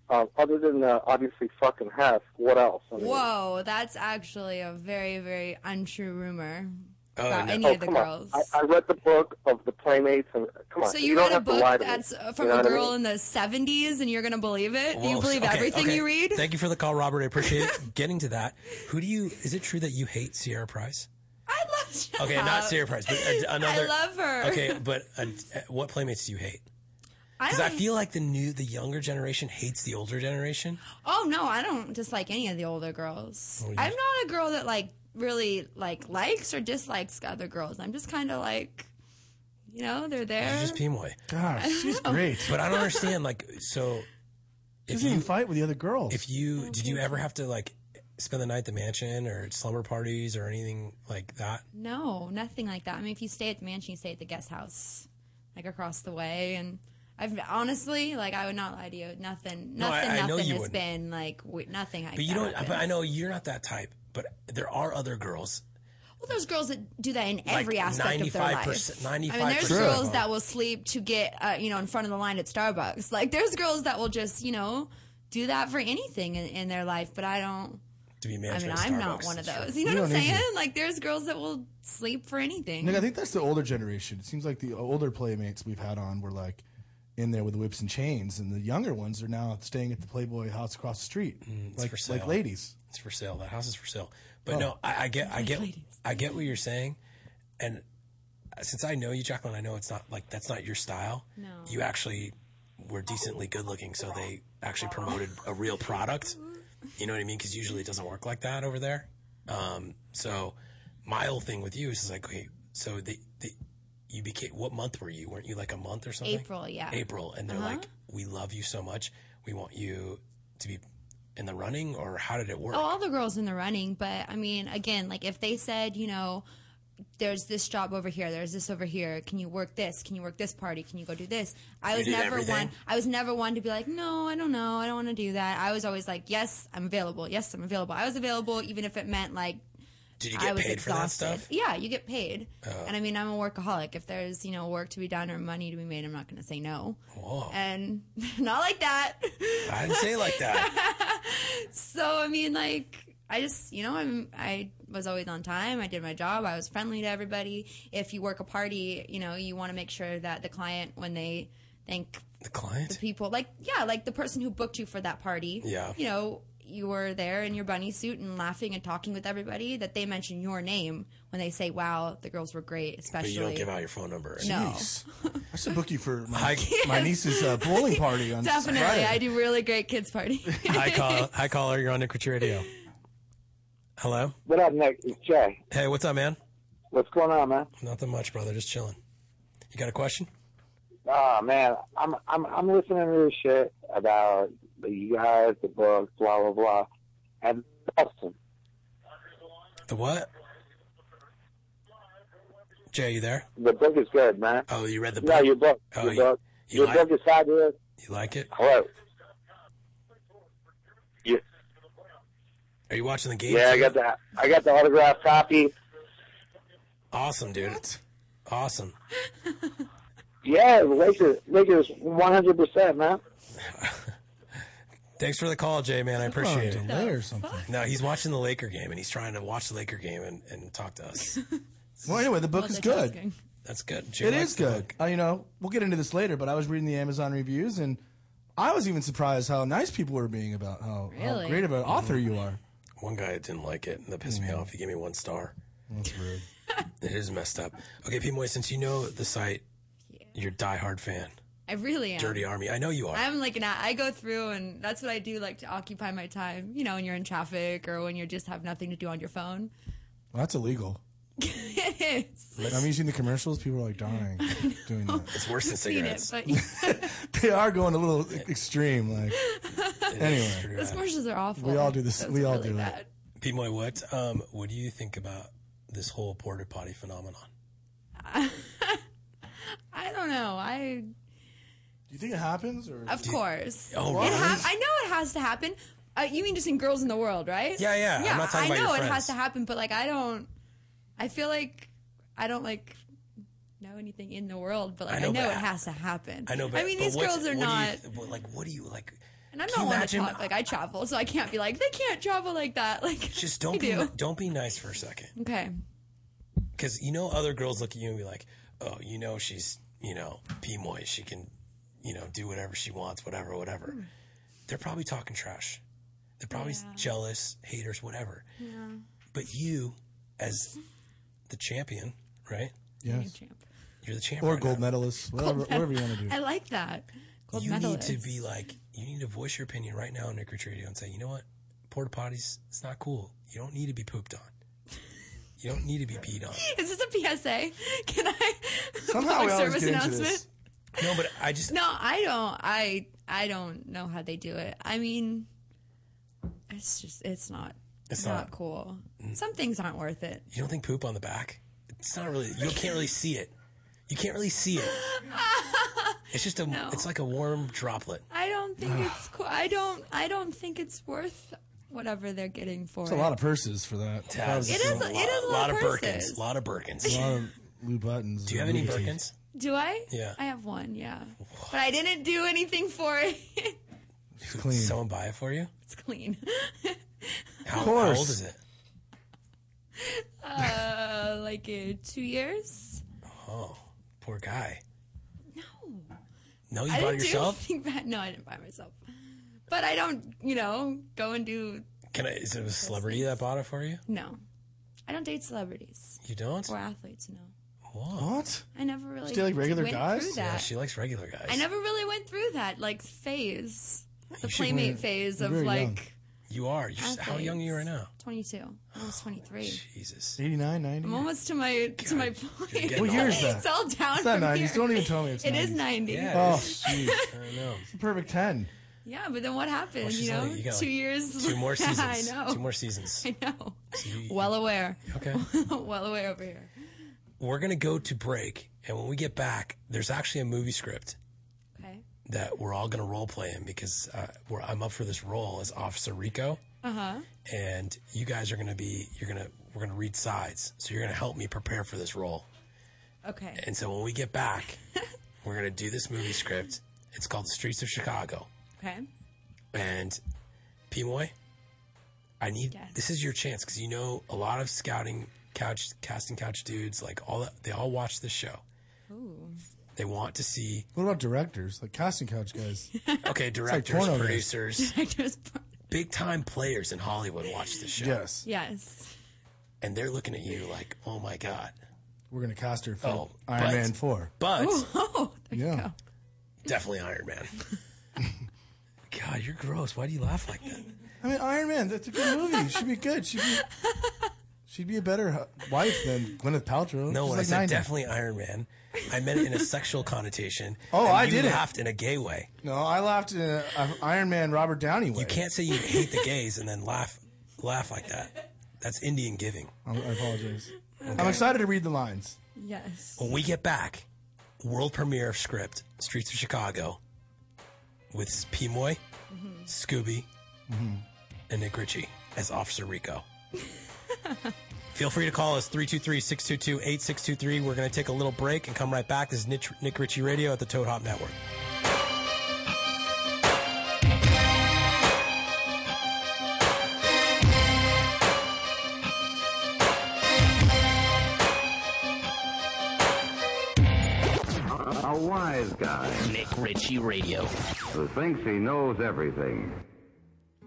[SPEAKER 13] Um, other than uh, obviously fucking half, what else? I mean,
[SPEAKER 11] Whoa, that's actually a very very untrue rumor
[SPEAKER 9] Oh,
[SPEAKER 11] about
[SPEAKER 9] no.
[SPEAKER 11] any
[SPEAKER 13] Oh,
[SPEAKER 11] of the
[SPEAKER 13] come
[SPEAKER 11] girls.
[SPEAKER 13] on. I, I read the book of the Playmates, and come on.
[SPEAKER 11] So you
[SPEAKER 13] don't
[SPEAKER 11] read a
[SPEAKER 13] have to lie to
[SPEAKER 11] book
[SPEAKER 13] me.
[SPEAKER 11] that's uh, from
[SPEAKER 13] You know
[SPEAKER 11] a
[SPEAKER 13] what I
[SPEAKER 11] girl
[SPEAKER 13] mean?
[SPEAKER 11] in the 70s and you're going to believe it? Do
[SPEAKER 9] Whoa,
[SPEAKER 11] you believe
[SPEAKER 9] okay,
[SPEAKER 11] everything
[SPEAKER 9] okay.
[SPEAKER 11] you read?
[SPEAKER 9] Thank you for the call, Robert. I appreciate it. Getting to that, who do you? Is it true that you hate Sierra Price?
[SPEAKER 11] [laughs] I love Shut
[SPEAKER 9] Okay,
[SPEAKER 11] Up.
[SPEAKER 9] not Sierra Price, but a- another.
[SPEAKER 11] Uh, [laughs] I love her.
[SPEAKER 9] Okay, but uh, what playmates do you hate?
[SPEAKER 11] I
[SPEAKER 9] Because I
[SPEAKER 11] don't-
[SPEAKER 9] feel like the new, the younger generation hates the older generation.
[SPEAKER 11] Oh no, I don't dislike any of the older girls.
[SPEAKER 9] Oh, you-
[SPEAKER 11] I'm not a girl that like really like likes or dislikes other girls. I'm just kind of like you know, they're there.
[SPEAKER 9] It's just Pimoy.
[SPEAKER 10] Gosh, [laughs] she's great.
[SPEAKER 9] But I don't understand. Like,
[SPEAKER 10] She
[SPEAKER 9] so if
[SPEAKER 10] doesn't even
[SPEAKER 9] you
[SPEAKER 10] fight with the other girls.
[SPEAKER 9] If
[SPEAKER 11] Oh,
[SPEAKER 9] you did you ever have to like spend the night at the mansion or at slumber parties or anything like that?
[SPEAKER 11] No, nothing like that. I mean, if you stay at the mansion, you stay at the guest house, like across the way. And I've honestly, like, I would not lie to you. Nothing, nothing,
[SPEAKER 9] No, I- I know
[SPEAKER 11] nothing has
[SPEAKER 9] you wouldn't.
[SPEAKER 11] been like we, nothing. Like
[SPEAKER 9] But you
[SPEAKER 11] that
[SPEAKER 9] don't. But I
[SPEAKER 11] happens.
[SPEAKER 9] know you're not that type. But there are other girls.
[SPEAKER 11] Well, there's girls that do that in every aspect of their
[SPEAKER 9] 95%,
[SPEAKER 11] life. I mean, there's
[SPEAKER 9] 95%.
[SPEAKER 11] girls that will sleep to get, uh, you know, in front of the line at Starbucks. Like, there's girls that will just, you know, do that for anything in, in their life, but I don't.
[SPEAKER 9] To be
[SPEAKER 11] I
[SPEAKER 9] managed
[SPEAKER 11] mean,
[SPEAKER 9] by
[SPEAKER 11] I'm not
[SPEAKER 9] Starbucks.
[SPEAKER 11] one of
[SPEAKER 9] That's
[SPEAKER 11] those.
[SPEAKER 9] true.
[SPEAKER 11] You know
[SPEAKER 10] You
[SPEAKER 11] what I'm
[SPEAKER 10] don't need to.
[SPEAKER 11] saying? Like, there's girls that will sleep for anything.
[SPEAKER 10] Nick, I think that's the older generation. It seems like the older playmates we've had on were like in there with the whips and chains, and the younger ones are now staying at the Playboy house across the street,
[SPEAKER 9] Mm, It's
[SPEAKER 10] like
[SPEAKER 9] for sale.
[SPEAKER 10] like ladies.
[SPEAKER 9] It's for sale. That house is for sale. But
[SPEAKER 10] Oh.
[SPEAKER 9] no, I, I get, I get, I get what you're saying, and since I know you, Jacqueline, I know it's not like that's not your style.
[SPEAKER 11] No.
[SPEAKER 9] you actually were decently good looking, so they actually promoted a real product. You know what I mean? Because usually it doesn't work like that over there. Um, so my whole thing with you is just like, okay, so the, the you became what month were you? Weren't you like a month or something?
[SPEAKER 11] April, yeah.
[SPEAKER 9] April, and they're
[SPEAKER 11] Uh-huh.
[SPEAKER 9] like, we love you so much, we want you to be in the running, or how did it work?
[SPEAKER 11] Oh, all the girls in the running, but I mean, again, like if they said, you know, there's this job over here, there's this over here. Can you work this? Can you work this party? Can you go do this? I
[SPEAKER 14] You
[SPEAKER 11] was
[SPEAKER 14] did
[SPEAKER 11] never
[SPEAKER 14] everything?
[SPEAKER 11] one. I was never one to be like, no, I don't know, I don't want to do that. I was always like, yes, I'm available. Yes, I'm available. I was available even if it meant like
[SPEAKER 9] Did you get
[SPEAKER 11] I was
[SPEAKER 9] paid for that
[SPEAKER 11] exhausted.
[SPEAKER 9] stuff?
[SPEAKER 11] Yeah, you get paid.
[SPEAKER 9] Oh.
[SPEAKER 11] And I mean, I'm a workaholic. If there's you know work to be done or money to be made, I'm not going to say no.
[SPEAKER 9] Whoa.
[SPEAKER 11] And [laughs] not like that.
[SPEAKER 9] I didn't say it like that.
[SPEAKER 11] So I mean, like I just you know I'm I was always on time. I did my job. I was friendly to everybody. If you work a party, you know you want to make sure that the client when they thank
[SPEAKER 9] the client
[SPEAKER 11] the people like yeah like the person who booked you for that party
[SPEAKER 9] Yeah.
[SPEAKER 11] you know you were there in your bunny suit and laughing and talking with everybody that they mention your name when they say wow the girls were great
[SPEAKER 9] But
[SPEAKER 11] especially
[SPEAKER 9] you don't give out your phone number.
[SPEAKER 11] no
[SPEAKER 10] I should book you for my,
[SPEAKER 11] Yes.
[SPEAKER 10] my niece's uh, bowling party on
[SPEAKER 11] [laughs] [laughs] definitely
[SPEAKER 10] Friday.
[SPEAKER 11] I do really great kids
[SPEAKER 13] [laughs]
[SPEAKER 11] party
[SPEAKER 9] [laughs] Hi, call. Hi, caller. You're on Nick Ritchie Radio. Hello.
[SPEAKER 13] What up, Nick? It's Jay.
[SPEAKER 9] Hey, what's up, man?
[SPEAKER 13] What's going on, man?
[SPEAKER 9] Nothing much, brother. Just chilling. You got a question?
[SPEAKER 13] Oh man, I'm I'm I'm listening to this shit about you guys, the books, blah blah blah, and Dustin.
[SPEAKER 9] The what? Jay, you there?
[SPEAKER 13] The book is good, man.
[SPEAKER 9] Oh, you read the
[SPEAKER 13] No,
[SPEAKER 9] book?
[SPEAKER 13] your book.
[SPEAKER 9] Oh,
[SPEAKER 13] your
[SPEAKER 9] you-
[SPEAKER 13] book.
[SPEAKER 9] you
[SPEAKER 13] your
[SPEAKER 9] like-
[SPEAKER 13] book is fabulous.
[SPEAKER 9] You like it?
[SPEAKER 13] Hello.
[SPEAKER 9] Are you watching the game?
[SPEAKER 13] Yeah, I
[SPEAKER 9] too?
[SPEAKER 13] got the I got the autographed copy.
[SPEAKER 9] Awesome, dude. Awesome.
[SPEAKER 13] Yeah, the Lakers, Lakers, one hundred percent, man.
[SPEAKER 9] Thanks for the call, Jay. Man, I appreciate it.
[SPEAKER 10] Oh, Delay or something.
[SPEAKER 9] No, he's watching the Laker game and he's trying to watch the Laker game and, and talk to
[SPEAKER 10] [laughs]
[SPEAKER 9] us.
[SPEAKER 10] Well, anyway, the book is good.
[SPEAKER 9] That's good. Jay
[SPEAKER 10] It
[SPEAKER 9] likes
[SPEAKER 10] is
[SPEAKER 9] the
[SPEAKER 10] good. Uh, you know, we'll get into this later, but I was reading the Amazon reviews and I was even surprised how nice people were being about how,
[SPEAKER 9] Really?
[SPEAKER 10] how great of
[SPEAKER 9] Mm-hmm.
[SPEAKER 10] an author you are.
[SPEAKER 9] One guy didn't like it, and that pissed me off. He gave me one star.
[SPEAKER 10] Mm-hmm. That's rude.
[SPEAKER 9] [laughs] it is messed up. Okay, P. Moy, since you know the site, you're a diehard fan.
[SPEAKER 11] I really am
[SPEAKER 9] Dirty Army. I know you are.
[SPEAKER 11] I'm like an I go through and that's what I do like to occupy my time you know when you're in traffic or when you just have nothing to do on your phone [laughs]
[SPEAKER 10] Well, that's illegal.
[SPEAKER 11] it is
[SPEAKER 10] I'm using the commercials. People are like
[SPEAKER 9] [laughs]
[SPEAKER 10] dying doing that. [laughs]
[SPEAKER 9] It's worse than
[SPEAKER 11] [laughs] seen it
[SPEAKER 9] cigarettes.
[SPEAKER 11] but
[SPEAKER 10] They are going a little e-, extreme.
[SPEAKER 9] [laughs]
[SPEAKER 10] Like anyway,
[SPEAKER 11] those commercials are awful
[SPEAKER 10] we all do this.
[SPEAKER 11] Those
[SPEAKER 10] we
[SPEAKER 11] are
[SPEAKER 10] all
[SPEAKER 11] really
[SPEAKER 10] do
[SPEAKER 11] bad.
[SPEAKER 10] it.
[SPEAKER 9] P. Moy, what um, what do you think about this whole porta potty phenomenon?
[SPEAKER 11] [laughs] I don't know. I
[SPEAKER 10] Do you think it happens? Or
[SPEAKER 11] of course.
[SPEAKER 9] Oh,
[SPEAKER 11] It
[SPEAKER 9] really?
[SPEAKER 11] I know it has to happen. Uh, you mean just in girls in the world, right?
[SPEAKER 9] Yeah, yeah. I'm not talking
[SPEAKER 11] I
[SPEAKER 9] about
[SPEAKER 11] know
[SPEAKER 9] your
[SPEAKER 11] it has
[SPEAKER 9] friends.
[SPEAKER 11] to happen, but like I don't. I feel like I don't like know anything in the world, but like I
[SPEAKER 9] I
[SPEAKER 11] know,
[SPEAKER 9] know, but
[SPEAKER 11] it
[SPEAKER 9] I-
[SPEAKER 11] has to happen.
[SPEAKER 9] I know, but
[SPEAKER 11] I mean,
[SPEAKER 9] but
[SPEAKER 11] these
[SPEAKER 9] what's-
[SPEAKER 11] girls are
[SPEAKER 9] what do you
[SPEAKER 11] not.
[SPEAKER 9] th- what- like, what do you like?
[SPEAKER 11] and I'm
[SPEAKER 9] can
[SPEAKER 11] not
[SPEAKER 9] you
[SPEAKER 11] one to
[SPEAKER 9] imagine-
[SPEAKER 11] talk. Like I travel, so I can't be like they can't travel like that. [laughs] Like
[SPEAKER 9] Just
[SPEAKER 11] I
[SPEAKER 9] don't be
[SPEAKER 11] do.
[SPEAKER 9] don't be nice for a second,
[SPEAKER 11] Okay.
[SPEAKER 9] because you know other girls look at you and be like, oh, you know she's you know P. Moy, she can you know do whatever she wants, whatever, whatever. They're probably talking trash. They're probably jealous, haters, whatever.
[SPEAKER 11] Yeah.
[SPEAKER 9] But you, as the champion, right?
[SPEAKER 10] Yes.
[SPEAKER 9] You're the champion.
[SPEAKER 10] Or
[SPEAKER 9] right
[SPEAKER 10] gold
[SPEAKER 9] now.
[SPEAKER 10] medalists, whatever, whatever you want to do.
[SPEAKER 11] I like that. Gold
[SPEAKER 9] you
[SPEAKER 11] medalist.
[SPEAKER 9] need to be like, you need to voice your opinion right now on Nick Rich Radio and say, you know what? Porta potties, it's not cool. You don't need to be pooped on. You don't need to be peed on.
[SPEAKER 11] Is [laughs] this a PSA? Can I
[SPEAKER 9] Somehow we
[SPEAKER 11] [laughs] public
[SPEAKER 9] always
[SPEAKER 11] service
[SPEAKER 9] get into
[SPEAKER 11] announcement?
[SPEAKER 9] this. No, but I just
[SPEAKER 11] No, I don't. I I don't know how they do it. I mean, it's just it's not
[SPEAKER 9] It's
[SPEAKER 11] not,
[SPEAKER 9] not.
[SPEAKER 11] cool. Some things aren't worth it.
[SPEAKER 9] you don't think poop on the back? It's not really. You can't really see it. You can't really see it. It's just a. It's like a warm droplet.
[SPEAKER 11] I
[SPEAKER 9] [sighs]
[SPEAKER 11] don't think it's cool. I don't I don't think it's worth whatever they're getting for
[SPEAKER 10] It's
[SPEAKER 11] it.
[SPEAKER 10] a lot of purses for that. That was
[SPEAKER 11] It
[SPEAKER 10] just
[SPEAKER 11] is a- it is a
[SPEAKER 9] lot of
[SPEAKER 11] purses.
[SPEAKER 9] Birkins. A lot of Birkins.
[SPEAKER 11] [laughs]
[SPEAKER 10] a lot of blue buttons.
[SPEAKER 9] Do you have any Birkins?
[SPEAKER 11] do I?
[SPEAKER 9] Yeah.
[SPEAKER 11] I have one. Yeah, but I didn't do anything for it.
[SPEAKER 9] It's clean. Someone buy it for you?
[SPEAKER 11] [laughs] It's clean. [laughs]
[SPEAKER 9] How,
[SPEAKER 10] Of course.
[SPEAKER 9] how old is it?
[SPEAKER 11] uh, like uh, two years?
[SPEAKER 9] Oh, poor guy.
[SPEAKER 11] No.
[SPEAKER 9] No, you
[SPEAKER 11] I
[SPEAKER 9] bought it
[SPEAKER 11] didn't
[SPEAKER 9] yourself?
[SPEAKER 11] Do anything [laughs] bad. No, I didn't buy it myself. But I don't, you know, go and do.
[SPEAKER 9] Can I? Is it a celebrity that bought it for you?
[SPEAKER 11] No, I don't date celebrities
[SPEAKER 9] You don't?
[SPEAKER 11] or athletes. No,
[SPEAKER 9] What?
[SPEAKER 11] I never really.
[SPEAKER 9] Still like regular
[SPEAKER 11] went
[SPEAKER 9] guys?
[SPEAKER 11] Through
[SPEAKER 9] Yeah,
[SPEAKER 11] that.
[SPEAKER 9] she likes regular guys.
[SPEAKER 11] I never really went through that like phase, the
[SPEAKER 9] You should-
[SPEAKER 11] playmate
[SPEAKER 9] You're-
[SPEAKER 11] phase
[SPEAKER 9] you're
[SPEAKER 11] of
[SPEAKER 9] very
[SPEAKER 11] like
[SPEAKER 9] young. You are. You're, s- how young are you right now?
[SPEAKER 11] twenty-two, almost twenty-three.
[SPEAKER 9] Jesus.
[SPEAKER 10] 89,
[SPEAKER 11] I'm
[SPEAKER 10] 90.
[SPEAKER 11] almost to my to my point.
[SPEAKER 10] getting What year is that?
[SPEAKER 11] [laughs] It's all down
[SPEAKER 10] It's not
[SPEAKER 11] from
[SPEAKER 10] 90s.
[SPEAKER 11] here.
[SPEAKER 10] Don't even tell me it's
[SPEAKER 11] It is
[SPEAKER 10] 90s.
[SPEAKER 11] 90.
[SPEAKER 10] oh, jeez.
[SPEAKER 9] I know.
[SPEAKER 10] It's a perfect 10.
[SPEAKER 11] Yeah, but then what happened?
[SPEAKER 9] she's
[SPEAKER 11] you know,
[SPEAKER 9] only- you got,
[SPEAKER 11] two
[SPEAKER 9] like,
[SPEAKER 11] years.
[SPEAKER 9] Two more seasons.
[SPEAKER 11] [laughs] I know.
[SPEAKER 9] Two more seasons.
[SPEAKER 11] [laughs] I know. Well aware.
[SPEAKER 9] Okay.
[SPEAKER 11] [laughs] well aware over here.
[SPEAKER 9] We're going to go to break. And when we get back, there's actually a movie script
[SPEAKER 11] Okay.
[SPEAKER 9] that we're all going to role play in because uh, we're, I'm up for this role as Officer Rico.
[SPEAKER 11] Uh huh.
[SPEAKER 9] and you guys are going to be you're going to we're going to read sides so you're going to help me prepare for this role
[SPEAKER 11] Okay.
[SPEAKER 9] and so when we get back we're going to do this movie script it's called the streets of chicago
[SPEAKER 11] Okay. [laughs]
[SPEAKER 9] and Pimoy, i need
[SPEAKER 11] Yes.
[SPEAKER 9] this is your chance because you know a lot of scouting couch casting couch dudes like all that they all watch this show
[SPEAKER 11] Ooh.
[SPEAKER 9] they want to
[SPEAKER 11] [laughs]
[SPEAKER 9] see
[SPEAKER 10] What about directors? Like casting couch guys?
[SPEAKER 9] okay directors
[SPEAKER 10] porno guys.
[SPEAKER 9] producers
[SPEAKER 11] Directors.
[SPEAKER 9] big time players in hollywood watch this show
[SPEAKER 10] Yes.
[SPEAKER 11] Yes. [laughs]
[SPEAKER 9] and they're looking at you like oh my god
[SPEAKER 10] We're going to cast her for
[SPEAKER 9] Oh,
[SPEAKER 10] Iron
[SPEAKER 9] but-
[SPEAKER 10] Man 4.
[SPEAKER 9] but
[SPEAKER 11] Oh,
[SPEAKER 10] Yeah.
[SPEAKER 9] Definitely Iron
[SPEAKER 11] [laughs]
[SPEAKER 9] Man. God, you're gross. Why do you laugh
[SPEAKER 10] [laughs]
[SPEAKER 9] like that?
[SPEAKER 10] I mean, Iron Man, that's a good movie. She'd be good. She'd be, she'd be a better hu- wife than Gwyneth Paltrow.
[SPEAKER 9] No,
[SPEAKER 10] She's
[SPEAKER 9] when I
[SPEAKER 10] like
[SPEAKER 9] said
[SPEAKER 10] 90.
[SPEAKER 9] definitely Iron Man, I meant it in a sexual connotation.
[SPEAKER 10] [laughs] Oh,
[SPEAKER 9] and
[SPEAKER 10] I
[SPEAKER 9] you
[SPEAKER 10] didn't.
[SPEAKER 9] laughed in a gay way.
[SPEAKER 10] No, I laughed in a, a Iron Man Robert Downey way.
[SPEAKER 9] You can't say you hate the gays and then laugh laugh like that. That's Indian giving.
[SPEAKER 10] I I apologize. I'm
[SPEAKER 9] Okay.
[SPEAKER 10] excited to read the lines.
[SPEAKER 11] Yes.
[SPEAKER 9] When we get back, world premiere of script Streets of Chicago with P Moy, Scooby, and Nick Ritchie as Officer Rico. Feel free to call us 323 622 8623. We're going to take a little break and come right back. This is Nick, Nick Ritchie Radio at the Toad Hop Network.
[SPEAKER 14] A wise guy. Nick Ritchie Radio. Who thinks he knows everything.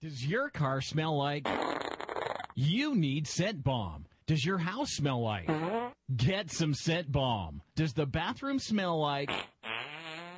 [SPEAKER 15] Does your car smell like? You need scent bomb. Does your house smell like? Get some scent bomb. Does the bathroom smell like?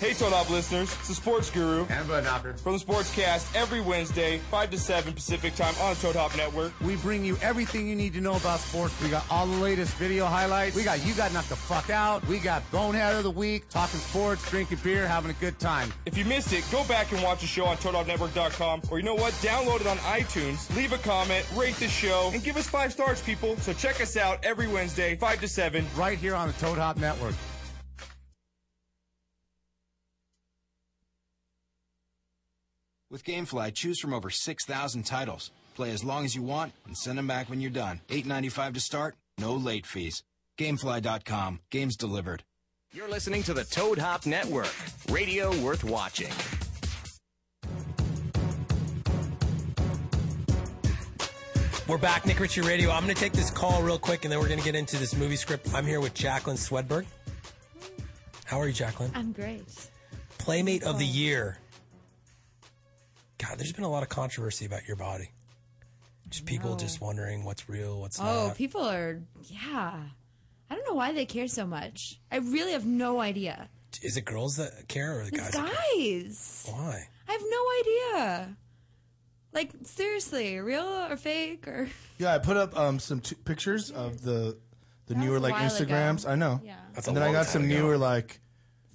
[SPEAKER 16] Hey, Toad Hop listeners, it's the Sports Guru and Bud Knocker from the Sportscast every Wednesday, 5 to 7 Pacific time on the Toad Hop Network.
[SPEAKER 17] We bring you everything you need to know about sports. We got all the latest video highlights. We got You Got Knocked the Fuck Out. We got Bonehead of the Week, talking sports, drinking beer, having a good time.
[SPEAKER 16] If you missed it, go back and watch the show on ToadHopNetwork.com or you know what? Download it on iTunes, leave a comment, rate the show, and give us five stars, people. So check us out every Wednesday, 5 to 7,
[SPEAKER 17] right here on the Toad Hop Network.
[SPEAKER 18] With GameFly, choose from over 6,000 titles. Play as long as you want and send them back when you're done. $8.95 to start, no late fees. Gamefly.com, games delivered.
[SPEAKER 19] You're listening to the Toad Hop Network, radio worth watching.
[SPEAKER 9] We're back, Nick Ritchie Radio. I'm going to take this call real quick, and then we're going to get into this movie script. I'm here with Jacqueline Swedberg. How are you, Jacqueline?
[SPEAKER 11] I'm great.
[SPEAKER 9] Playmate of the year. God, there's been a lot of controversy about your body. Just people
[SPEAKER 11] know.
[SPEAKER 9] just wondering what's real, what's
[SPEAKER 11] oh,
[SPEAKER 10] Uh,
[SPEAKER 9] not.
[SPEAKER 11] people are, yeah. I don't know why they care so much. I really have no idea.
[SPEAKER 9] Is it girls that care or the guys?
[SPEAKER 11] It's
[SPEAKER 9] that care?
[SPEAKER 11] guys.
[SPEAKER 9] Why?
[SPEAKER 11] I have no idea. Like, seriously, real or fake or.
[SPEAKER 10] Yeah, I put up um, some t- pictures of the the newer
[SPEAKER 11] was a
[SPEAKER 10] like
[SPEAKER 11] while ago.
[SPEAKER 10] Instagrams. I know.
[SPEAKER 11] Yeah.
[SPEAKER 9] That's
[SPEAKER 10] and
[SPEAKER 9] a
[SPEAKER 10] then I
[SPEAKER 9] long
[SPEAKER 10] got
[SPEAKER 9] time
[SPEAKER 10] some
[SPEAKER 9] ago.
[SPEAKER 10] newer like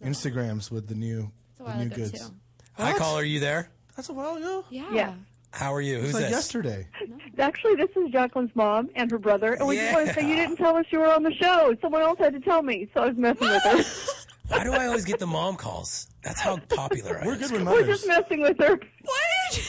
[SPEAKER 10] Instagrams with the new
[SPEAKER 11] a
[SPEAKER 10] the
[SPEAKER 11] while
[SPEAKER 10] new
[SPEAKER 11] ago,
[SPEAKER 10] goods.
[SPEAKER 11] too.
[SPEAKER 9] Hi,
[SPEAKER 10] What?
[SPEAKER 9] caller. Are you there?
[SPEAKER 10] That's a while ago.
[SPEAKER 11] Yeah.
[SPEAKER 20] Yeah.
[SPEAKER 9] How are you?
[SPEAKER 10] It's
[SPEAKER 9] Who's
[SPEAKER 10] like
[SPEAKER 9] this? [laughs]
[SPEAKER 10] yesterday.
[SPEAKER 20] Actually, this is Jacqueline's mom and her brother, and we just want to say you didn't tell us you were on the show. Someone else had to tell me, so I was messing with her.
[SPEAKER 9] Why do I always get the mom calls? That's how popular I We're good with
[SPEAKER 20] We're just messing with her. What?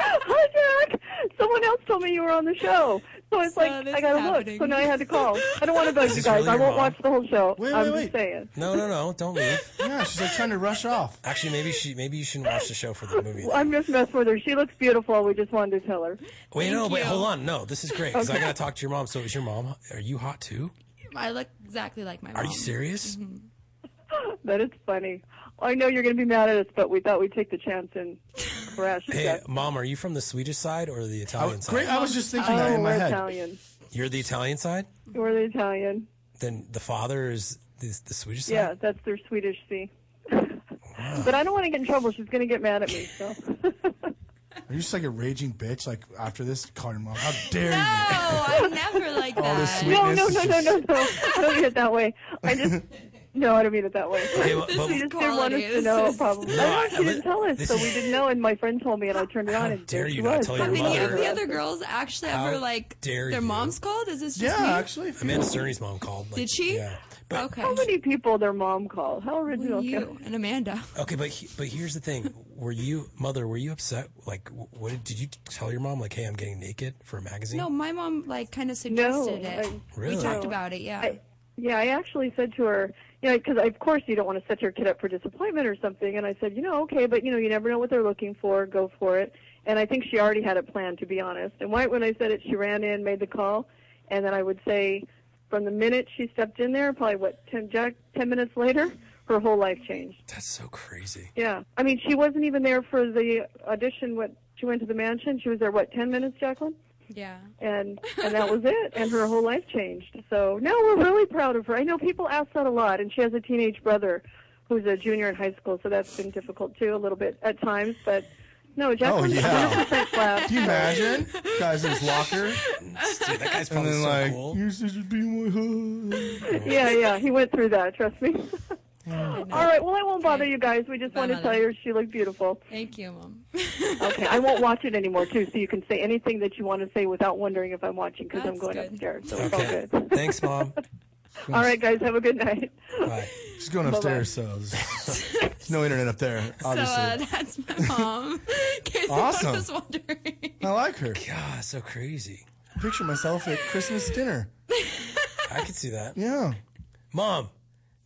[SPEAKER 20] Hi, Jack. Someone else told me you were on the show, so it's like I gotta look. So now I had to call. I don't want to bug
[SPEAKER 9] Is
[SPEAKER 20] you
[SPEAKER 9] this
[SPEAKER 20] guys.
[SPEAKER 9] really
[SPEAKER 20] I
[SPEAKER 9] your
[SPEAKER 20] won't
[SPEAKER 9] mom?
[SPEAKER 20] watch the whole show.
[SPEAKER 9] Wait,
[SPEAKER 20] I'm
[SPEAKER 9] wait,
[SPEAKER 20] just
[SPEAKER 9] wait.
[SPEAKER 20] saying.
[SPEAKER 9] No, no, no. Don't leave.
[SPEAKER 10] yeah, she's like trying to rush
[SPEAKER 9] [laughs]
[SPEAKER 10] off.
[SPEAKER 9] Actually, maybe she maybe you shouldn't watch the show for the movie.
[SPEAKER 20] Well, [laughs] I'm just messing with her. She looks beautiful. We just wanted to tell her.
[SPEAKER 9] Wait, no, wait,
[SPEAKER 20] you.
[SPEAKER 9] hold on. No, this is great because I
[SPEAKER 20] Okay.
[SPEAKER 9] got to talk to your mom. So, is your mom? Are you hot too?
[SPEAKER 11] I look exactly like my mom.
[SPEAKER 9] Are you serious?
[SPEAKER 20] Mm-hmm. That is funny. I know you're going to be mad at us, but we thought we'd take the chance and crash.
[SPEAKER 9] Hey, mom, are you from the Swedish side or the
[SPEAKER 10] Oh,
[SPEAKER 9] Italian side?
[SPEAKER 20] I was just thinking
[SPEAKER 11] Oh
[SPEAKER 10] that in my
[SPEAKER 20] Oh, we're
[SPEAKER 10] head.
[SPEAKER 20] Italian.
[SPEAKER 9] You're the Italian side.
[SPEAKER 20] We're the Italian.
[SPEAKER 9] Then the father is the, the Swedish side.
[SPEAKER 20] Yeah, that's their Swedish C. but I don't want to get in trouble. She's going to get mad at me. So
[SPEAKER 10] Are you just like a raging bitch? Like after this, call your mom.
[SPEAKER 11] [laughs]
[SPEAKER 10] How dare
[SPEAKER 11] No,
[SPEAKER 10] you?
[SPEAKER 11] I'm never like
[SPEAKER 10] All
[SPEAKER 11] that.
[SPEAKER 10] this
[SPEAKER 20] no,
[SPEAKER 10] sweetness.
[SPEAKER 20] no,
[SPEAKER 10] is
[SPEAKER 20] no, no,
[SPEAKER 10] just- [laughs]
[SPEAKER 20] no, no. I don't mean it that way. I
[SPEAKER 9] [laughs]
[SPEAKER 20] just no, I don't mean it that way.
[SPEAKER 9] Okay, well,
[SPEAKER 20] she
[SPEAKER 9] but-
[SPEAKER 20] just didn't want
[SPEAKER 11] quality.
[SPEAKER 20] us to
[SPEAKER 11] This
[SPEAKER 20] know.
[SPEAKER 11] is-
[SPEAKER 20] Probably.
[SPEAKER 9] No,
[SPEAKER 20] I
[SPEAKER 9] I-
[SPEAKER 20] know, she didn't tell us,
[SPEAKER 9] this
[SPEAKER 20] so
[SPEAKER 9] is-
[SPEAKER 20] we didn't know. And my friend told me, and I turned it on. and
[SPEAKER 9] dare
[SPEAKER 20] there
[SPEAKER 9] you
[SPEAKER 20] she
[SPEAKER 9] not
[SPEAKER 20] was.
[SPEAKER 9] tell your
[SPEAKER 11] Did any of
[SPEAKER 9] mother.
[SPEAKER 11] the other girls actually
[SPEAKER 9] How
[SPEAKER 11] ever like
[SPEAKER 9] dare
[SPEAKER 11] their
[SPEAKER 9] you.
[SPEAKER 11] mom's called? Is this just
[SPEAKER 20] Yeah,
[SPEAKER 11] me?
[SPEAKER 20] actually, if
[SPEAKER 9] Amanda Cerny's mom called. Like,
[SPEAKER 11] Did she?
[SPEAKER 9] Yeah.
[SPEAKER 11] okay.
[SPEAKER 20] How many people their mom called? How original?
[SPEAKER 11] You and Amanda. [laughs]
[SPEAKER 9] Okay, but he, but here's the thing: Were you mother? Were you upset? Like, w- what did, did you tell your mom? Like, hey, I'm getting naked for a magazine.
[SPEAKER 11] No, my mom like kind of suggested it.
[SPEAKER 20] I-
[SPEAKER 9] Really?
[SPEAKER 11] We talked
[SPEAKER 20] No.
[SPEAKER 11] about it. Yeah.
[SPEAKER 20] Yeah, I actually said to her, you know, because of course you don't want to set your kid up for disappointment or something. And I said, you know, okay, but you know, you never know what they're looking for. Go for it. And I think she already had it planned, to be honest. And right when I said it, she ran in, made the call, and then I would say, from the minute she stepped in there, probably what ten, Jack, ten minutes later, her whole life changed.
[SPEAKER 9] That's so crazy.
[SPEAKER 20] Yeah, I mean, she wasn't even there for the audition. What she went to the mansion, she was there what ten minutes, Jacqueline
[SPEAKER 11] Yeah.
[SPEAKER 20] and and that was it and her whole life changed so no we're really proud of her i know people ask that a lot and she has a teenage brother who's a junior in high school so that's been difficult too a little bit at times but no jacqueline's
[SPEAKER 10] yeah.
[SPEAKER 20] 100% class
[SPEAKER 10] Can you imagine?
[SPEAKER 11] [laughs]
[SPEAKER 10] Guys in his locker.
[SPEAKER 9] Dude, that guy's
[SPEAKER 10] And
[SPEAKER 9] probably
[SPEAKER 10] then
[SPEAKER 9] so
[SPEAKER 10] like,
[SPEAKER 9] cool.
[SPEAKER 10] your sister be my husband.
[SPEAKER 20] yeah yeah he went through that trust
[SPEAKER 11] [laughs]
[SPEAKER 20] me all right well i won't bother you guys we just
[SPEAKER 11] Oh, Bye,
[SPEAKER 20] want to
[SPEAKER 11] Mother.
[SPEAKER 20] tell you she looked beautiful
[SPEAKER 11] Thank you, mom.
[SPEAKER 20] [laughs] okay i won't watch it anymore too so you can say anything that you want to say without wondering if i'm watching because i'm going upstairs so it's all
[SPEAKER 9] Okay.
[SPEAKER 20] good [laughs]
[SPEAKER 9] Thanks, mom.
[SPEAKER 20] all right guys have a good night
[SPEAKER 9] Bye.
[SPEAKER 10] She's going upstairs, so there's there's no internet up there. Obviously,
[SPEAKER 11] [laughs] [laughs]
[SPEAKER 9] [laughs]
[SPEAKER 11] So uh, that's my mom. [laughs] In case
[SPEAKER 10] Awesome.
[SPEAKER 11] anyone was wondering.
[SPEAKER 10] I like her.
[SPEAKER 9] God, so crazy.
[SPEAKER 10] Picture myself at Christmas dinner.
[SPEAKER 9] I could see that.
[SPEAKER 10] Yeah.
[SPEAKER 9] Mom,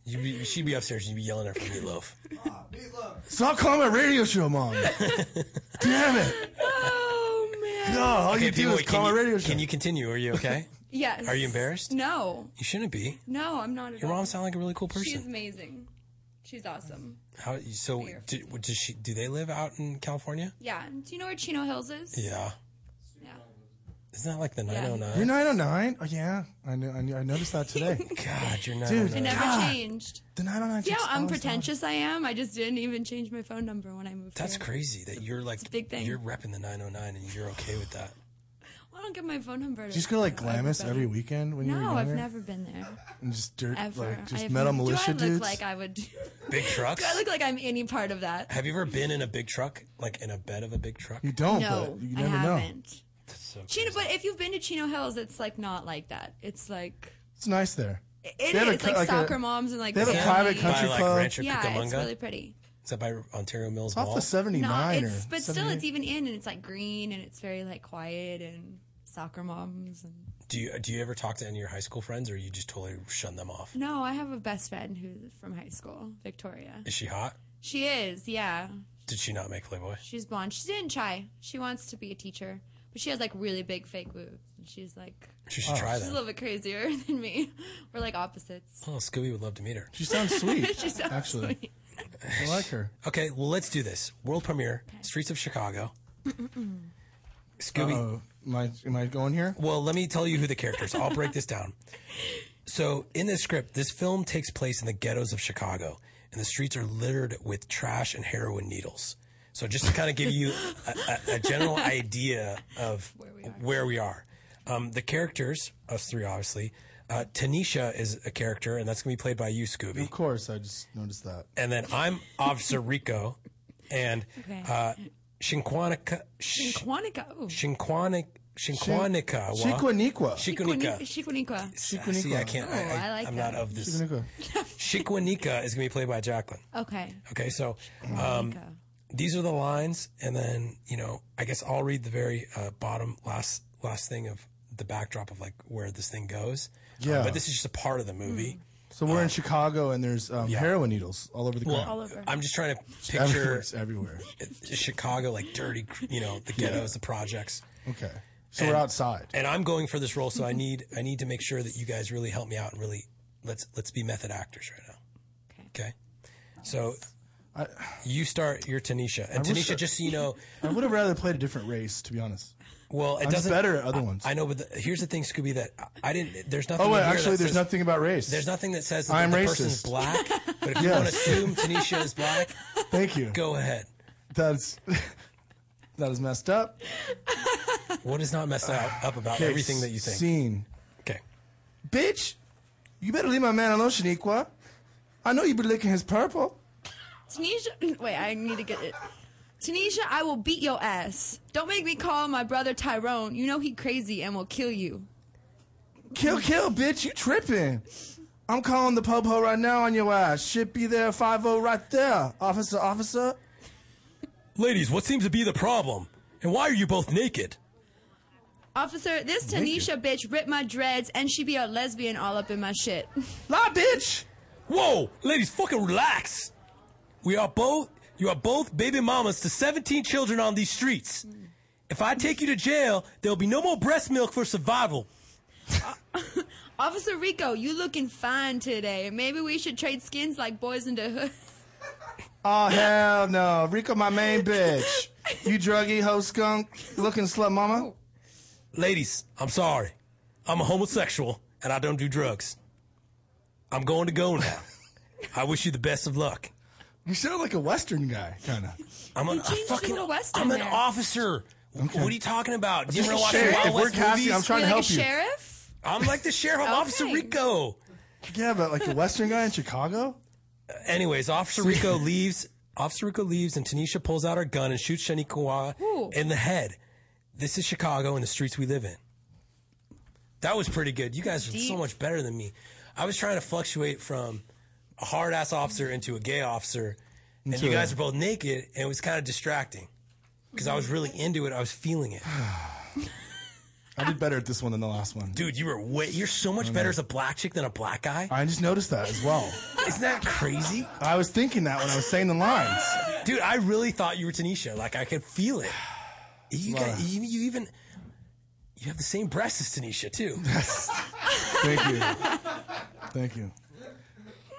[SPEAKER 9] you be, she'd be upstairs. You'd be yelling at her for
[SPEAKER 10] [laughs]
[SPEAKER 9] meatloaf.
[SPEAKER 10] Stop calling my radio show,
[SPEAKER 11] [laughs]
[SPEAKER 10] mom. Damn it.
[SPEAKER 11] Oh man.
[SPEAKER 10] No, all you do
[SPEAKER 9] people,
[SPEAKER 10] is
[SPEAKER 9] can
[SPEAKER 10] call
[SPEAKER 9] you-
[SPEAKER 10] a radio show.
[SPEAKER 9] Can you continue? Are you okay?
[SPEAKER 11] Yes.
[SPEAKER 9] Are you embarrassed?
[SPEAKER 11] No.
[SPEAKER 9] You shouldn't
[SPEAKER 11] [laughs]
[SPEAKER 9] be.
[SPEAKER 11] No, I'm not. At
[SPEAKER 9] Your
[SPEAKER 11] all.
[SPEAKER 9] mom sounded like a really cool person.
[SPEAKER 11] She's amazing. She's awesome.
[SPEAKER 9] How so? Do, does she? Do they live out in California?
[SPEAKER 11] Yeah. Do you know where Chino Hills is?
[SPEAKER 9] Yeah. Isn't that like the 909?
[SPEAKER 10] You're 909? Oh, yeah. I, knew, I, knew, I noticed that today.
[SPEAKER 11] [laughs]
[SPEAKER 9] God, you're
[SPEAKER 11] It
[SPEAKER 9] 909.
[SPEAKER 11] never
[SPEAKER 10] God.
[SPEAKER 11] changed.
[SPEAKER 10] The 909
[SPEAKER 11] See how
[SPEAKER 10] keeps always
[SPEAKER 11] unpretentious I am? I just didn't even change my phone number when I moved
[SPEAKER 9] That's
[SPEAKER 11] here.
[SPEAKER 9] crazy that you're like,
[SPEAKER 11] a big thing.
[SPEAKER 9] you're repping the 909 and you're okay with that.
[SPEAKER 11] Well, I don't get my phone number.
[SPEAKER 10] Did you just go to like Glamis every weekend when you were
[SPEAKER 11] No, I've
[SPEAKER 10] younger?
[SPEAKER 11] never been there.
[SPEAKER 10] And just dirt,
[SPEAKER 11] Ever.
[SPEAKER 10] like
[SPEAKER 11] I
[SPEAKER 10] just
[SPEAKER 11] have-
[SPEAKER 10] metal militia
[SPEAKER 11] Do I look
[SPEAKER 10] dudes.
[SPEAKER 11] like I would? Do [laughs]
[SPEAKER 9] Big trucks?
[SPEAKER 11] I look like I'm any part of that?
[SPEAKER 9] Have you ever been in a big truck? Like in a bed of a big truck?
[SPEAKER 10] You don't,
[SPEAKER 11] No,
[SPEAKER 10] but you
[SPEAKER 11] I
[SPEAKER 10] never know.
[SPEAKER 11] haven't.
[SPEAKER 9] That's so
[SPEAKER 11] Chino, but if you've been to Chino Hills, it's like not like that. It's like
[SPEAKER 10] It's nice there.
[SPEAKER 11] it
[SPEAKER 10] They
[SPEAKER 11] is.
[SPEAKER 10] have a
[SPEAKER 11] It's
[SPEAKER 10] cou-
[SPEAKER 11] like,
[SPEAKER 10] like a-
[SPEAKER 11] soccer moms and like
[SPEAKER 10] they have a
[SPEAKER 11] really-
[SPEAKER 10] private country
[SPEAKER 9] By, like,
[SPEAKER 10] club.
[SPEAKER 9] Rancho
[SPEAKER 11] Yeah, it's
[SPEAKER 9] Cucamonga?
[SPEAKER 11] really pretty.
[SPEAKER 9] Is that by Ontario Mills
[SPEAKER 10] It's off
[SPEAKER 9] Mall?
[SPEAKER 10] the 79
[SPEAKER 11] No,
[SPEAKER 10] or
[SPEAKER 11] it's but still, it's
[SPEAKER 10] 78.
[SPEAKER 11] even in and it's like green and it's very like quiet and soccer moms and.
[SPEAKER 9] Do you do you ever talk to any of your high school friends, or you just totally shun them off?
[SPEAKER 11] No, I have a best friend who's from high school, Victoria.
[SPEAKER 9] Is she hot?
[SPEAKER 11] She is, yeah.
[SPEAKER 9] Did she not make Playboy?
[SPEAKER 11] She's blonde. She didn't try. She wants to be a teacher, but she has like really big fake boobs. And she's like,
[SPEAKER 9] She
[SPEAKER 10] Oh.
[SPEAKER 9] should try
[SPEAKER 11] she's a
[SPEAKER 9] that.
[SPEAKER 11] little bit crazier [laughs] than me. We're like opposites.
[SPEAKER 9] Oh, Scooby would love to meet her.
[SPEAKER 10] She sounds sweet.
[SPEAKER 11] [laughs] She sounds
[SPEAKER 10] actually.
[SPEAKER 11] sweet.
[SPEAKER 10] I like
[SPEAKER 9] [laughs]
[SPEAKER 10] her.
[SPEAKER 9] Okay, well, let's do this. World premiere, Streets of Chicago. Scooby.
[SPEAKER 10] Uh-oh. Am I, am I going here?
[SPEAKER 9] Well, let me tell you who the characters. I'll break this down. So, in this script, this film takes place in the ghettos of Chicago, and the streets are littered with trash and heroin needles. So, just to kind of give you a, a, a general idea of where we are, Um, the characters, us three, obviously. Uh, Tanisha is a character, and that's going to be played by you, Scooby.
[SPEAKER 10] Of course, I just noticed that.
[SPEAKER 9] And then I'm Officer Rico, and
[SPEAKER 11] Okay.
[SPEAKER 9] uh, Shinquanica. Sh-
[SPEAKER 11] Shinquanica. Oh.
[SPEAKER 9] Shinquanic. Shinquanica.
[SPEAKER 10] Shinquanicwa.
[SPEAKER 9] Shinquanica.
[SPEAKER 11] Shinquanica.
[SPEAKER 9] Ah, See, I can't.
[SPEAKER 11] Oh,
[SPEAKER 9] I,
[SPEAKER 11] I like
[SPEAKER 9] am
[SPEAKER 11] that.
[SPEAKER 9] not of this. Shikwanika is going to be played by Jacqueline.
[SPEAKER 11] Okay.
[SPEAKER 9] Okay, so um, these are the lines, and then you know, I guess I'll read the very uh, bottom last last thing of the backdrop of like where this thing goes. Um,
[SPEAKER 10] Yeah.
[SPEAKER 9] but this is just a part of the movie.
[SPEAKER 11] Hmm.
[SPEAKER 10] So we're in Chicago and there's um, heroin needles all over the
[SPEAKER 9] Well,
[SPEAKER 10] ground.
[SPEAKER 9] I'm just trying to
[SPEAKER 10] It's everywhere,
[SPEAKER 9] picture
[SPEAKER 10] [laughs] it's everywhere.
[SPEAKER 9] Chicago, like dirty, you know, the ghettos, the projects.
[SPEAKER 10] Okay. So we're outside.
[SPEAKER 9] And I'm going for this role, so I need I need to make sure that you guys really help me out and really let's let's be method actors right now. Okay. So you start your Tanisha, and
[SPEAKER 10] I wish
[SPEAKER 9] Tanisha,
[SPEAKER 10] I-
[SPEAKER 9] just so you know,
[SPEAKER 10] I would have rather played a different race, to be honest.
[SPEAKER 9] well, it
[SPEAKER 10] I'm
[SPEAKER 9] doesn't
[SPEAKER 10] better at other
[SPEAKER 9] I-
[SPEAKER 10] ones.
[SPEAKER 9] I, know, but the, here's the thing, Scooby, that I- I didn't. There's nothing.
[SPEAKER 10] Oh, wait,
[SPEAKER 9] in here
[SPEAKER 10] actually,
[SPEAKER 9] that
[SPEAKER 10] there's
[SPEAKER 9] says-
[SPEAKER 10] nothing about race.
[SPEAKER 9] There's nothing that says that
[SPEAKER 10] I'm
[SPEAKER 9] the person's
[SPEAKER 10] racist.
[SPEAKER 9] black. But if you
[SPEAKER 10] Yes.
[SPEAKER 9] want to assume Tanisha is black,
[SPEAKER 10] Thank you.
[SPEAKER 9] go ahead.
[SPEAKER 10] That's [laughs] that is messed up.
[SPEAKER 9] What is not messed up, up about
[SPEAKER 10] Okay,
[SPEAKER 9] everything that you think?
[SPEAKER 10] Scene.
[SPEAKER 9] Okay.
[SPEAKER 10] Bitch, you better leave my man alone, Shaniqua. I know you be licking his purple.
[SPEAKER 11] Tanisha, [clears throat] wait, I need to get it. Tanisha, I will beat your ass. Don't make me call my brother Tyrone. You know he crazy and will kill you.
[SPEAKER 10] Kill, kill, bitch, you tripping. I'm calling the popo right now on your ass. Should be there 5 right there. Officer, officer.
[SPEAKER 9] Ladies, what seems to be the problem? And why are you both naked?
[SPEAKER 11] Officer, this
[SPEAKER 9] Thank you.
[SPEAKER 11] Tanisha bitch ripped my dreads and she be a lesbian all up in my shit. [laughs]
[SPEAKER 10] Lie, bitch!
[SPEAKER 9] Whoa, ladies, fucking relax. We are both, you are both baby mamas to 17 children on these streets. If I take you to jail, there'll be no more breast milk for survival.
[SPEAKER 11] Officer Rico, you looking fine today. Maybe we should trade skins like boys in the hood.
[SPEAKER 10] Oh, hell no. Rico, my main bitch. You druggy, hoe skunk, looking slut mama.
[SPEAKER 9] Ladies, I'm sorry. I'm a homosexual and I don't do drugs. I'm going to go
[SPEAKER 11] [laughs]
[SPEAKER 9] now. I wish you the best of luck.
[SPEAKER 10] You sound like a Western guy, kind of.
[SPEAKER 9] I'm an,
[SPEAKER 11] You changed
[SPEAKER 9] fucking-
[SPEAKER 11] into a Western
[SPEAKER 9] I'm an
[SPEAKER 11] there.
[SPEAKER 9] officer. What are you talking about? Do you
[SPEAKER 10] Just
[SPEAKER 9] ever
[SPEAKER 10] a
[SPEAKER 9] watch
[SPEAKER 10] sheriff.
[SPEAKER 9] Wild
[SPEAKER 10] If we're
[SPEAKER 9] West
[SPEAKER 10] casting,
[SPEAKER 9] movies?
[SPEAKER 10] I'm [laughs] trying to
[SPEAKER 11] You're
[SPEAKER 10] help
[SPEAKER 11] like
[SPEAKER 10] you.
[SPEAKER 11] a sheriff?
[SPEAKER 9] I'm like the sheriff. I'm Officer
[SPEAKER 11] Okay.
[SPEAKER 9] Rico.
[SPEAKER 10] Yeah, but like a Western guy in Chicago?
[SPEAKER 9] Anyways,
[SPEAKER 11] [laughs]
[SPEAKER 9] Officer Rico leaves. Officer Rico leaves, and Tanisha pulls out her gun and shoots Shaniqua
[SPEAKER 11] Ooh.
[SPEAKER 9] in the head. This is Chicago and the streets we live in. That was pretty good. You guys are so
[SPEAKER 11] Deep.
[SPEAKER 9] much better than me. I was trying to fluctuate from a hard ass officer into a gay officer, and
[SPEAKER 10] Into
[SPEAKER 9] you
[SPEAKER 10] a-
[SPEAKER 9] guys are both naked, and it was kind of distracting because I was really
[SPEAKER 11] Mm-hmm.
[SPEAKER 9] into it. I was
[SPEAKER 10] [sighs]
[SPEAKER 9] feeling it,
[SPEAKER 10] I did better at this one than the last one.
[SPEAKER 9] dude. You were way. You're so much better as a black chick than a black guy.
[SPEAKER 10] I just noticed that as well.
[SPEAKER 9] Isn't that crazy?
[SPEAKER 10] I was thinking that when I was saying the lines.
[SPEAKER 9] Dude, I really thought you were Tanisha. Like I could feel it. You,
[SPEAKER 10] Wow.
[SPEAKER 9] got, you, you even you have the same breasts as Tanisha too.
[SPEAKER 10] Thank you. Thank you.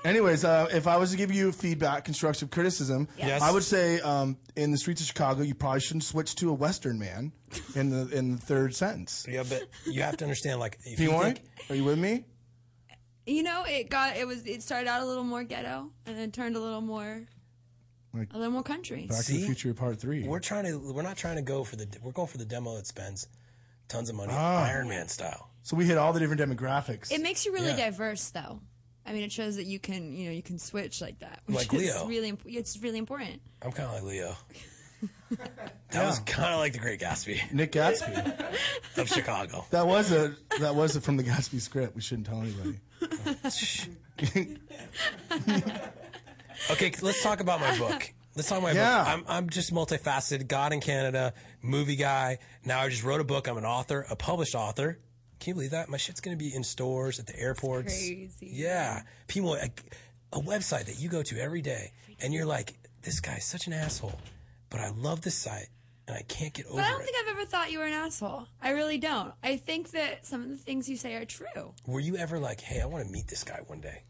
[SPEAKER 10] Anyways, uh, if I was to give you feedback, constructive criticism,
[SPEAKER 1] Yes.
[SPEAKER 10] I would say um, in the streets of Chicago, you probably shouldn't switch to a Western man in the in the third sentence.
[SPEAKER 9] Yeah, but you have to understand, like, if you
[SPEAKER 10] P-Warren, are [laughs] you with me?
[SPEAKER 11] You know, it got it was it started out a little more ghetto and then turned a little more
[SPEAKER 10] Like,
[SPEAKER 11] a little more country.
[SPEAKER 10] Back to the Future Part Three.
[SPEAKER 9] We're trying to. We're not trying to go for the. We're going for the demo that spends tons of money,
[SPEAKER 10] Ah.
[SPEAKER 9] Iron Man style.
[SPEAKER 10] So we hit all the different demographics.
[SPEAKER 11] It makes you really
[SPEAKER 9] Yeah.
[SPEAKER 11] diverse, though. I mean, it shows that you can, you know, you can switch like that, which
[SPEAKER 9] Like
[SPEAKER 11] is
[SPEAKER 9] Leo.
[SPEAKER 11] really, imp- it's really important.
[SPEAKER 9] I'm kind of like Leo. that was kind of like the Great Gatsby
[SPEAKER 10] Nick Gatsby.
[SPEAKER 9] of Chicago.
[SPEAKER 10] That was a that was a, from the Gatsby script. We shouldn't tell anybody.
[SPEAKER 9] Okay, let's talk about my book. Let's talk about my
[SPEAKER 10] Yeah.
[SPEAKER 9] book. I'm, I'm just multifaceted. God in Canada, movie guy. Now I just wrote a book. I'm an author, a published author. Can you believe that? My shit's going to be in stores, at the airports.
[SPEAKER 1] crazy.
[SPEAKER 9] Yeah. People, a, a website that you go to every day, and you're like, this guy's such an asshole, but I love this site, and I can't get over
[SPEAKER 11] But I don't
[SPEAKER 9] it.
[SPEAKER 11] think I've ever thought you were an asshole. I really don't. I think that some of the things you say are true.
[SPEAKER 9] Were you ever like, hey, I want to meet this guy one day?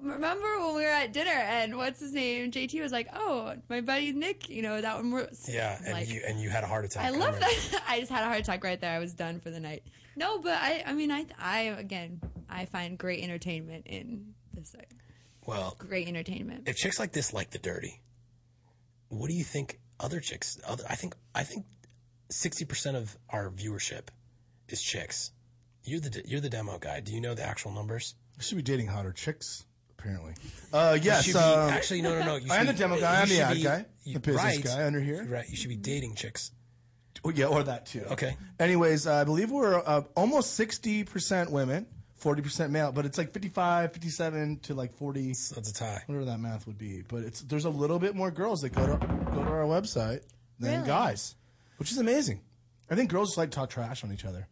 [SPEAKER 11] Remember when we were at dinner and what's his name? JT was like, "Oh, my buddy Nick, you know that one." We're,
[SPEAKER 9] Yeah, and
[SPEAKER 11] Like-
[SPEAKER 9] you and you had a heart attack.
[SPEAKER 11] I love
[SPEAKER 9] remember.
[SPEAKER 11] that. [laughs] I just had a heart attack right there. I was done for the night. No, but I, I mean, I, I again, I find great entertainment in this. uh,
[SPEAKER 9] Well,
[SPEAKER 11] Great entertainment.
[SPEAKER 9] if chicks like this like the dirty, what do you think other chicks? Other, I think I think sixty percent of our viewership is chicks. You're the you're the demo guy. Do you know the actual numbers?
[SPEAKER 10] I should be dating hotter chicks, apparently. Uh,
[SPEAKER 9] You
[SPEAKER 10] yes.
[SPEAKER 9] should be-
[SPEAKER 10] um,
[SPEAKER 9] actually, no, no, no. You
[SPEAKER 10] [laughs] I am
[SPEAKER 9] should
[SPEAKER 10] the
[SPEAKER 9] be-
[SPEAKER 10] demo guy. I'm
[SPEAKER 9] you
[SPEAKER 10] the
[SPEAKER 9] should
[SPEAKER 10] ad
[SPEAKER 9] be-
[SPEAKER 10] guy.
[SPEAKER 9] you-
[SPEAKER 10] the business
[SPEAKER 9] right.
[SPEAKER 10] guy under here.
[SPEAKER 9] Right. You should be dating chicks.
[SPEAKER 10] Oh, yeah, or that too.
[SPEAKER 9] Okay.
[SPEAKER 10] Anyways, I believe we're uh, almost 60% women, 40% male, but it's like 55, 57 to like 40. So
[SPEAKER 9] that's a tie.
[SPEAKER 10] Whatever that math would be. But it's there's a little bit more girls that go to, go to our website than
[SPEAKER 9] Really?
[SPEAKER 10] guys, which is amazing. I think girls just like to talk trash on each other.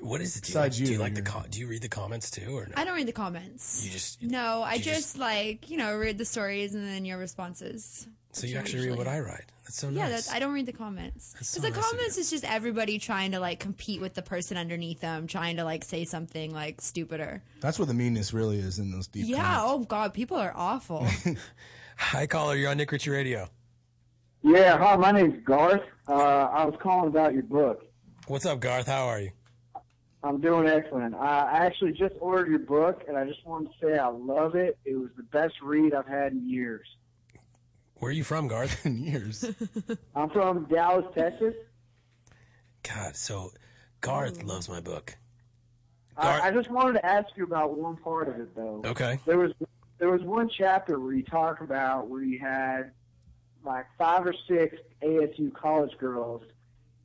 [SPEAKER 9] What is it? Do you, like,
[SPEAKER 10] Besides
[SPEAKER 9] do
[SPEAKER 10] you,
[SPEAKER 9] you like the
[SPEAKER 10] you're-
[SPEAKER 9] com- do you read the comments too or no?
[SPEAKER 11] I don't read the comments.
[SPEAKER 9] You just
[SPEAKER 11] no, I
[SPEAKER 9] you
[SPEAKER 11] just, like you know read the stories and then your responses.
[SPEAKER 9] so
[SPEAKER 11] which
[SPEAKER 9] you
[SPEAKER 11] are
[SPEAKER 9] actually read
[SPEAKER 11] usually-
[SPEAKER 9] what I write. That's so
[SPEAKER 11] Yeah,
[SPEAKER 9] nice.
[SPEAKER 11] that's, I don't read the comments because
[SPEAKER 9] so
[SPEAKER 11] the
[SPEAKER 9] nice of
[SPEAKER 11] comments is just everybody trying to like compete with the person underneath them, trying to like say something like stupider.
[SPEAKER 10] That's where the meanness really is in those deep
[SPEAKER 11] yeah. Oh God, people are
[SPEAKER 9] [laughs]
[SPEAKER 11] awful.
[SPEAKER 9] Hi caller, you're on Nick Ritchie Radio.
[SPEAKER 2] Yeah, hi, my name's Garth. Uh, I was calling about your book.
[SPEAKER 9] What's up, Garth? How are you?
[SPEAKER 2] I'm doing excellent. I I actually just ordered your book, and I just wanted to say I love it. It was the best read I've had in years.
[SPEAKER 9] Where are you from, Garth?
[SPEAKER 10] In [laughs] years.
[SPEAKER 2] I'm from Dallas, Texas.
[SPEAKER 9] God, so Garth loves my book.
[SPEAKER 2] Um, I, I just wanted to ask you about one part of it, though.
[SPEAKER 9] Okay.
[SPEAKER 2] There was there was one chapter where you talk about where you had like five or six ASU college girls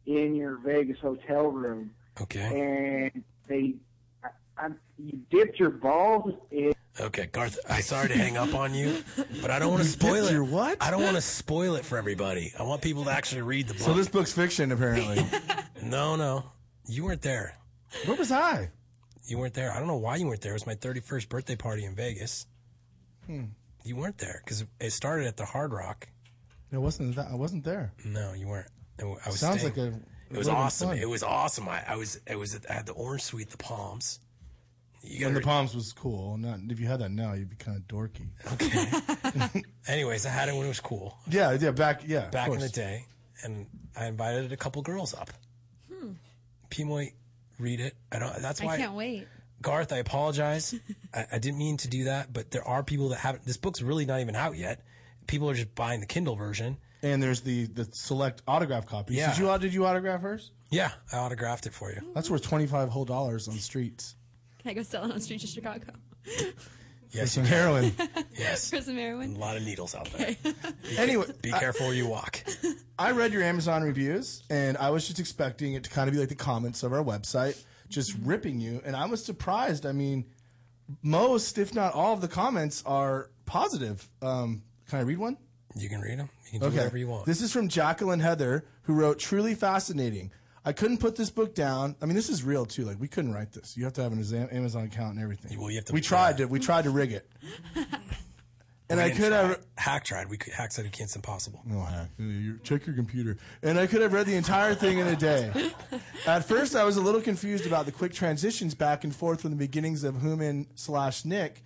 [SPEAKER 2] in your Vegas hotel room. Okay. And they, I, I, you dipped your balls in.
[SPEAKER 9] Okay, Garth, I'm sorry to hang up
[SPEAKER 2] [laughs]
[SPEAKER 9] on you, but I don't want to spoil it.
[SPEAKER 10] Your what?
[SPEAKER 9] I don't want to spoil it for everybody. I want people to actually read the book.
[SPEAKER 10] So this book's fiction, apparently.
[SPEAKER 9] no, no, you weren't there.
[SPEAKER 10] Where was I?
[SPEAKER 9] You weren't there. I don't know why you weren't there. It was my 31st birthday party in Vegas.
[SPEAKER 10] Hmm.
[SPEAKER 9] You weren't there because it started at the Hard Rock.
[SPEAKER 10] It wasn't that. I wasn't there.
[SPEAKER 9] No, you weren't. I was
[SPEAKER 10] Sounds
[SPEAKER 9] staying-
[SPEAKER 10] like a.
[SPEAKER 9] It was
[SPEAKER 10] would've been
[SPEAKER 9] awesome.
[SPEAKER 10] fun.
[SPEAKER 9] It was awesome. I, I was. I was. At, I had the Orange Suite, the Palms. You
[SPEAKER 10] and
[SPEAKER 9] gotta-
[SPEAKER 10] the Palms was cool. Not if you had that now, you'd be kind of dorky.
[SPEAKER 9] Anyways, I had it when it was cool.
[SPEAKER 10] Yeah, yeah, back, yeah, of
[SPEAKER 9] back in the
[SPEAKER 10] course.
[SPEAKER 9] day, and I invited a couple girls up.
[SPEAKER 11] Hmm.
[SPEAKER 9] Pimoy, read it. I don't. That's why
[SPEAKER 11] I can't wait.
[SPEAKER 9] Garth, I
[SPEAKER 11] [laughs]
[SPEAKER 9] apologize. I, I didn't mean to do that, but there are people that haven't. This book's really not even out yet. People are just buying the Kindle version.
[SPEAKER 10] And there's the the select autograph copy.
[SPEAKER 9] Yeah.
[SPEAKER 10] Did you au- did you autograph hers?
[SPEAKER 9] Yeah, I autographed it for you.
[SPEAKER 10] That's worth twenty five whole dollars on the streets.
[SPEAKER 11] Can I go sell it on the streets of Chicago?
[SPEAKER 9] Yes,
[SPEAKER 10] some heroin.
[SPEAKER 9] Yes.
[SPEAKER 11] For some heroin.
[SPEAKER 9] A lot of needles out there. Be-
[SPEAKER 10] [laughs] [laughs] anyway,
[SPEAKER 9] be careful where you walk.
[SPEAKER 10] I read your Amazon reviews, and I was just expecting it to kind of be like the comments of our website, just ripping you. And I was surprised. I mean, most, if not all, of the comments are positive. Um, can I read one?
[SPEAKER 9] You can read them. You can do whatever you want.
[SPEAKER 10] This is from Jacqueline Heather, who wrote "Truly fascinating." I couldn't put this book down. I mean, this is real too. Like we couldn't write this. You have to have an Amazon- Amazon account and everything.
[SPEAKER 9] Well, you have to-
[SPEAKER 10] we tried to. We tried to rig it. and
[SPEAKER 9] We
[SPEAKER 10] I
[SPEAKER 9] didn't
[SPEAKER 10] could
[SPEAKER 9] try.
[SPEAKER 10] have.
[SPEAKER 9] hack tried. We could, hack said he can't. It's impossible.
[SPEAKER 10] No hack. Uh, you- Check your computer. And I could have read the entire thing in a day. At first, I was a little confused about the quick transitions back and forth from the beginnings of Human slash Nick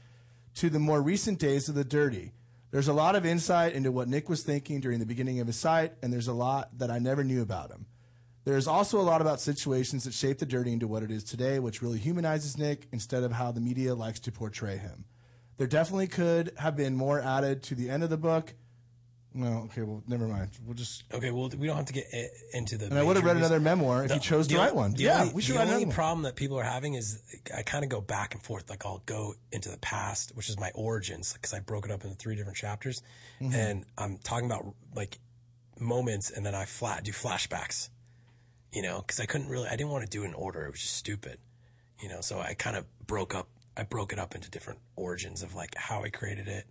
[SPEAKER 10] to the more recent days of the Dirty. There's a lot of insight into what Nick was thinking during the beginning of his site, and there's a lot that I never knew about him. There's also a lot about situations that shape the Dirty into what it is today, which really humanizes Nick instead of how the media likes to portray him. There definitely could have been more added to the end of the book. No, okay, well, never mind. We'll just.
[SPEAKER 9] Okay, well, we don't have to get i- into the.
[SPEAKER 10] And I would have
[SPEAKER 9] major
[SPEAKER 10] read
[SPEAKER 9] reasons.
[SPEAKER 10] another memoir if
[SPEAKER 9] The-
[SPEAKER 10] you chose to
[SPEAKER 9] the
[SPEAKER 10] write
[SPEAKER 9] only-
[SPEAKER 10] one.
[SPEAKER 9] the
[SPEAKER 10] Yeah,
[SPEAKER 9] only-
[SPEAKER 10] we should
[SPEAKER 9] The
[SPEAKER 10] write another
[SPEAKER 9] only
[SPEAKER 10] one.
[SPEAKER 9] problem that people are having is I kind of go back and forth. Like I'll go into the past, which is my origins, because I broke it up into three different chapters,
[SPEAKER 10] Mm-hmm.
[SPEAKER 3] Mhm.
[SPEAKER 9] and I'm talking about like moments, and then I flat do flashbacks. You know, because I couldn't really, I didn't want to do it in order. It was just stupid. You know, so I kind of broke up. I broke it up into different origins of like how I created it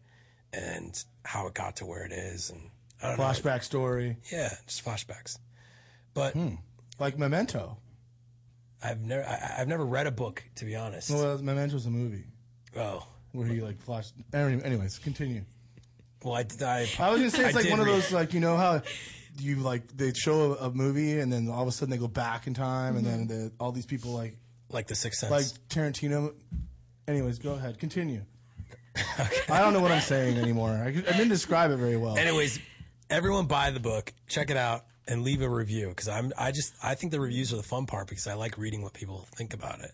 [SPEAKER 9] and how it got to where it is, and I don't know.
[SPEAKER 10] Flashback story. Hmm.
[SPEAKER 9] Yeah, just flashbacks. But
[SPEAKER 10] like Memento.
[SPEAKER 9] I've never I, I've never read a book to be honest.
[SPEAKER 10] Well, Memento's a movie
[SPEAKER 9] oh,
[SPEAKER 10] where he like flashed. Anyway, Anyways, continue.
[SPEAKER 9] well, I, did- I,
[SPEAKER 10] I was gonna say it's
[SPEAKER 9] [laughs] I
[SPEAKER 10] like
[SPEAKER 9] did
[SPEAKER 10] one of
[SPEAKER 9] read
[SPEAKER 10] those
[SPEAKER 9] it.
[SPEAKER 10] like you know how you like they show a, a movie and then all of a sudden they go back in time and then
[SPEAKER 9] Mm-hmm.
[SPEAKER 10] the, all these people like
[SPEAKER 9] like the Sixth Sense.
[SPEAKER 10] like Tarantino. Anyways, go ahead,
[SPEAKER 9] [laughs]
[SPEAKER 10] continue. I don't know what I'm saying anymore. I, I didn't describe it very well.
[SPEAKER 9] Anyways, everyone buy the book, check it out, and leave a review because I'm I just I think the reviews are the fun part because I like reading what people think about it.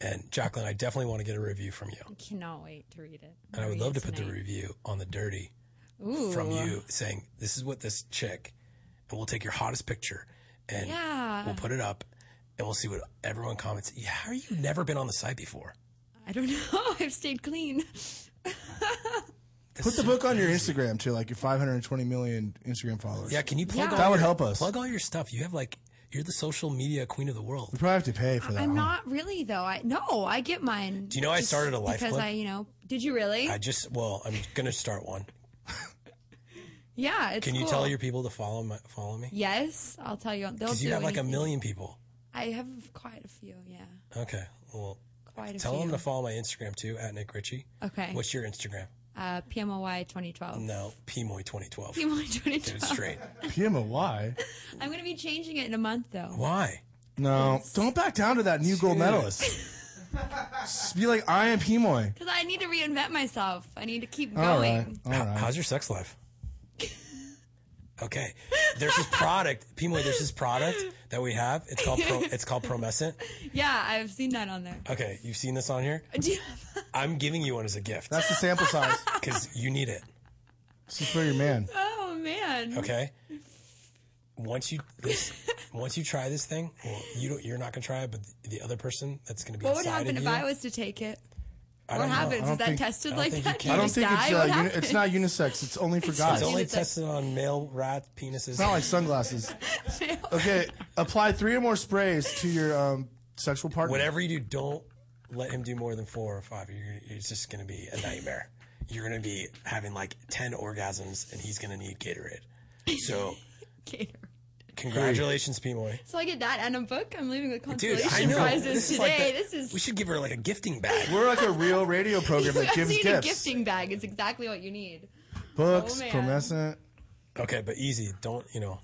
[SPEAKER 9] And Jacqueline, I definitely want to get a review from you,
[SPEAKER 4] I cannot wait to read it.
[SPEAKER 9] and I would
[SPEAKER 4] Read
[SPEAKER 9] love
[SPEAKER 4] it
[SPEAKER 9] to put the
[SPEAKER 4] tonight.
[SPEAKER 9] review on the dirty
[SPEAKER 4] Ooh.
[SPEAKER 9] from you saying this is what this chick, and we'll take your hottest picture and
[SPEAKER 11] Yeah.
[SPEAKER 9] we'll put it up. And we'll see what everyone comments. Yeah, How are you never been on the site before?
[SPEAKER 11] I don't [laughs] know. I've stayed clean.
[SPEAKER 10] Put the book on your Instagram too, like your 520 million Instagram followers.
[SPEAKER 9] Yeah, can you plug? All
[SPEAKER 10] that? Would
[SPEAKER 9] your-
[SPEAKER 10] help us.
[SPEAKER 9] Plug all your stuff. You have like you're the social media queen of the world.
[SPEAKER 10] we probably have to pay for that. huh?
[SPEAKER 11] I'm not really though. I no, I get mine.
[SPEAKER 9] Do you know I
[SPEAKER 11] just
[SPEAKER 9] started a life
[SPEAKER 11] because
[SPEAKER 9] club?
[SPEAKER 11] I, you know, did you really?
[SPEAKER 9] I just well, I'm gonna start one.
[SPEAKER 11] yeah, it's
[SPEAKER 9] Can you
[SPEAKER 11] cool.
[SPEAKER 9] tell your people to follow my, follow me?
[SPEAKER 11] Yes, I'll tell you. They'll
[SPEAKER 9] Because you
[SPEAKER 11] do
[SPEAKER 9] have like a
[SPEAKER 11] anything.
[SPEAKER 9] million people.
[SPEAKER 11] I have quite a few. Yeah,
[SPEAKER 9] Okay, well,
[SPEAKER 11] quite a
[SPEAKER 9] tell
[SPEAKER 11] few.
[SPEAKER 9] them to follow my Instagram too at Nick Ritchie.
[SPEAKER 11] Okay.
[SPEAKER 9] What's your Instagram?
[SPEAKER 11] uh, PMOY 2012.
[SPEAKER 9] No, pmoy2012.
[SPEAKER 11] PMOY 2012.
[SPEAKER 9] Get it
[SPEAKER 11] [laughs]
[SPEAKER 9] straight.
[SPEAKER 10] PMOY.
[SPEAKER 11] I'm gonna be changing it in a month though.
[SPEAKER 9] Why?
[SPEAKER 10] No, don't back down to that new gold medalist. Just Be like, I am Pimoy.
[SPEAKER 11] Because I need to reinvent myself. I need to keep
[SPEAKER 10] All
[SPEAKER 11] going.
[SPEAKER 10] right, all
[SPEAKER 9] How-
[SPEAKER 10] right.
[SPEAKER 9] How's your sex life? Okay, there's this product, Pmoy. There's this product that we have. It's called
[SPEAKER 11] [laughs]
[SPEAKER 9] Pro, it's called Promescent.
[SPEAKER 11] Yeah, I've seen that on there. [laughs]
[SPEAKER 9] Okay, you've seen this on here.
[SPEAKER 11] Do you-
[SPEAKER 9] I'm giving you one as a gift.
[SPEAKER 10] That's the sample size.
[SPEAKER 9] Because you need it.
[SPEAKER 10] This is for your
[SPEAKER 11] [laughs]
[SPEAKER 10] man.
[SPEAKER 11] Oh man.
[SPEAKER 9] Okay. Once you this, once you try this thing, well, you don't, you're not gonna try it, but the other person that's gonna be
[SPEAKER 11] What would
[SPEAKER 9] inside
[SPEAKER 11] happen
[SPEAKER 9] of
[SPEAKER 11] if
[SPEAKER 9] you,
[SPEAKER 11] I was to take it?
[SPEAKER 9] I
[SPEAKER 11] what
[SPEAKER 9] don't know.
[SPEAKER 11] happens?
[SPEAKER 9] I don't
[SPEAKER 11] Is that
[SPEAKER 9] think-
[SPEAKER 11] tested
[SPEAKER 9] I don't
[SPEAKER 11] like
[SPEAKER 9] think you
[SPEAKER 11] that?
[SPEAKER 9] can.
[SPEAKER 11] Do [laughs] you
[SPEAKER 10] I don't
[SPEAKER 11] just
[SPEAKER 10] think it's
[SPEAKER 11] die? What
[SPEAKER 10] uh, uni-
[SPEAKER 11] happens?
[SPEAKER 10] it's not unisex. It's only for guys.
[SPEAKER 9] It's only tested on male rat penises.
[SPEAKER 10] It's not like [laughs] sunglasses. Okay, apply three or more sprays to your um, sexual partner.
[SPEAKER 9] Whatever you do, don't let him do more than four or five. You're, it's just gonna be a nightmare. You're gonna be having like ten orgasms, and he's gonna need Gatorade. So,
[SPEAKER 11] [laughs] Gatorade.
[SPEAKER 9] congratulations, Pimoy.
[SPEAKER 11] So I get that and a book. I'm leaving with
[SPEAKER 9] Dude,
[SPEAKER 11] consolation
[SPEAKER 9] I know.
[SPEAKER 11] prizes
[SPEAKER 9] This is like
[SPEAKER 11] today.
[SPEAKER 9] the-
[SPEAKER 11] this is
[SPEAKER 9] We should give her like a gifting bag.
[SPEAKER 10] We're like a real radio
[SPEAKER 11] [laughs]
[SPEAKER 10] program
[SPEAKER 11] you
[SPEAKER 10] that
[SPEAKER 11] guys
[SPEAKER 10] gives
[SPEAKER 11] need a
[SPEAKER 10] gifts,
[SPEAKER 11] gifting bag. It's exactly what you need.
[SPEAKER 10] books,
[SPEAKER 11] Oh, man.
[SPEAKER 10] promescent.
[SPEAKER 9] Okay, but easy. Don't you know?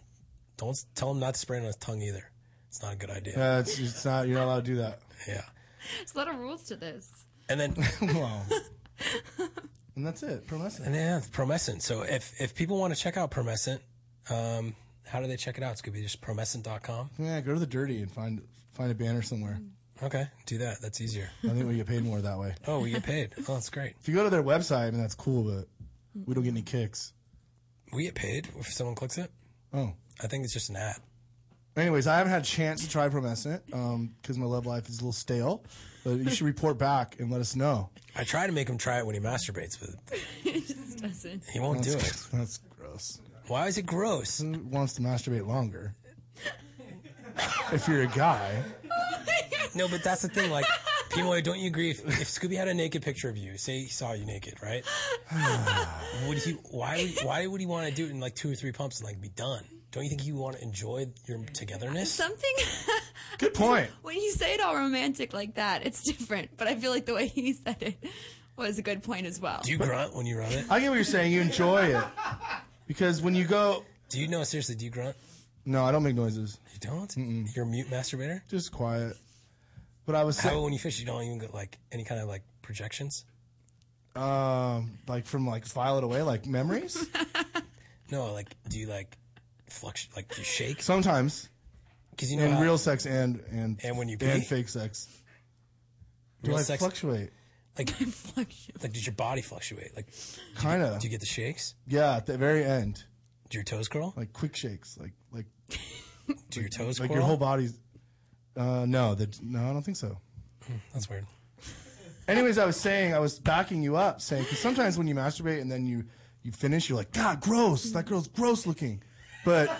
[SPEAKER 9] Don't s- tell him not to spray it on his tongue either. It's not a good idea.
[SPEAKER 10] Yeah, it's, it's not. You're not allowed to do
[SPEAKER 9] [laughs]
[SPEAKER 10] that.
[SPEAKER 9] Yeah.
[SPEAKER 11] There's a lot of rules to this.
[SPEAKER 10] [laughs]
[SPEAKER 9] And then,
[SPEAKER 10] wow. And that's it. Promescent.
[SPEAKER 9] And yeah, it's Promescent. So if if people want to check out Promescent, um, how do they check it out? It's gonna be just promescent.com.
[SPEAKER 10] Yeah, go to the dirty and find find a banner somewhere.
[SPEAKER 9] Okay, do that. That's easier.
[SPEAKER 10] I think we get paid more that way.
[SPEAKER 9] Oh, we
[SPEAKER 10] [laughs]
[SPEAKER 9] get paid. Oh, that's great.
[SPEAKER 10] If you go to their website, I mean that's cool, but we don't get any kicks.
[SPEAKER 9] We get paid if someone clicks it.
[SPEAKER 10] Oh.
[SPEAKER 9] I think it's just an ad.
[SPEAKER 10] Anyways, I haven't had a chance to try Promescent because my love life is a little stale. But you should report back and let us know.
[SPEAKER 9] I try to make him try it when he masturbates,
[SPEAKER 11] [laughs]
[SPEAKER 9] but
[SPEAKER 11] it just doesn't.
[SPEAKER 9] he won't [laughs] do it.
[SPEAKER 10] That's- That's gross.
[SPEAKER 9] Why is it gross?
[SPEAKER 10] wants to masturbate longer? if you're a guy,
[SPEAKER 9] No, but that's the thing. Like, Pimoy, don't you agree? If, if Scooby had a naked picture of you, say he saw you naked, right? [sighs] would he? Why? would- Why would he want to do it in like two or three pumps and like be done? Don't you think you want to enjoy your togetherness?
[SPEAKER 11] Something [laughs]
[SPEAKER 10] Good point.
[SPEAKER 11] when you say it all romantic like that, it's different. But I feel like the way he said it was a good point as well.
[SPEAKER 9] Do you grunt when you run it?
[SPEAKER 10] I get what you're saying. You enjoy it because when you go,
[SPEAKER 9] Do you know seriously? Do you grunt?
[SPEAKER 10] no, I don't make noises.
[SPEAKER 9] You don't? You're a mute masturbator.
[SPEAKER 10] Just quiet. But I was
[SPEAKER 9] How
[SPEAKER 10] saying,
[SPEAKER 9] when you fish, you don't even get like any kind of like projections.
[SPEAKER 10] Um, like from like file it away, like
[SPEAKER 9] [laughs]
[SPEAKER 10] memories.
[SPEAKER 9] No, like, do you like fluctuate? Like, do you shake?
[SPEAKER 10] Sometimes,
[SPEAKER 9] 'Cause you know
[SPEAKER 10] in
[SPEAKER 9] how-
[SPEAKER 10] real sex and and
[SPEAKER 9] And when you
[SPEAKER 10] and
[SPEAKER 9] pee?
[SPEAKER 10] fake sex, do
[SPEAKER 9] Real
[SPEAKER 10] I
[SPEAKER 9] sex-
[SPEAKER 10] fluctuate?
[SPEAKER 9] Like, like, did your body fluctuate? Like,
[SPEAKER 10] Kind of.
[SPEAKER 9] do you get the shakes?
[SPEAKER 10] Yeah, at the very end.
[SPEAKER 9] Do your toes curl?
[SPEAKER 10] Like quick shakes, like like.
[SPEAKER 9] Do your toes
[SPEAKER 10] like
[SPEAKER 9] curl?
[SPEAKER 10] your whole body's? Uh, no, that no, I don't think so.
[SPEAKER 9] That's weird.
[SPEAKER 10] Anyways, I was saying I was backing you up, saying because sometimes when you masturbate and then you you finish, you're like, God, gross! That girl's gross looking, but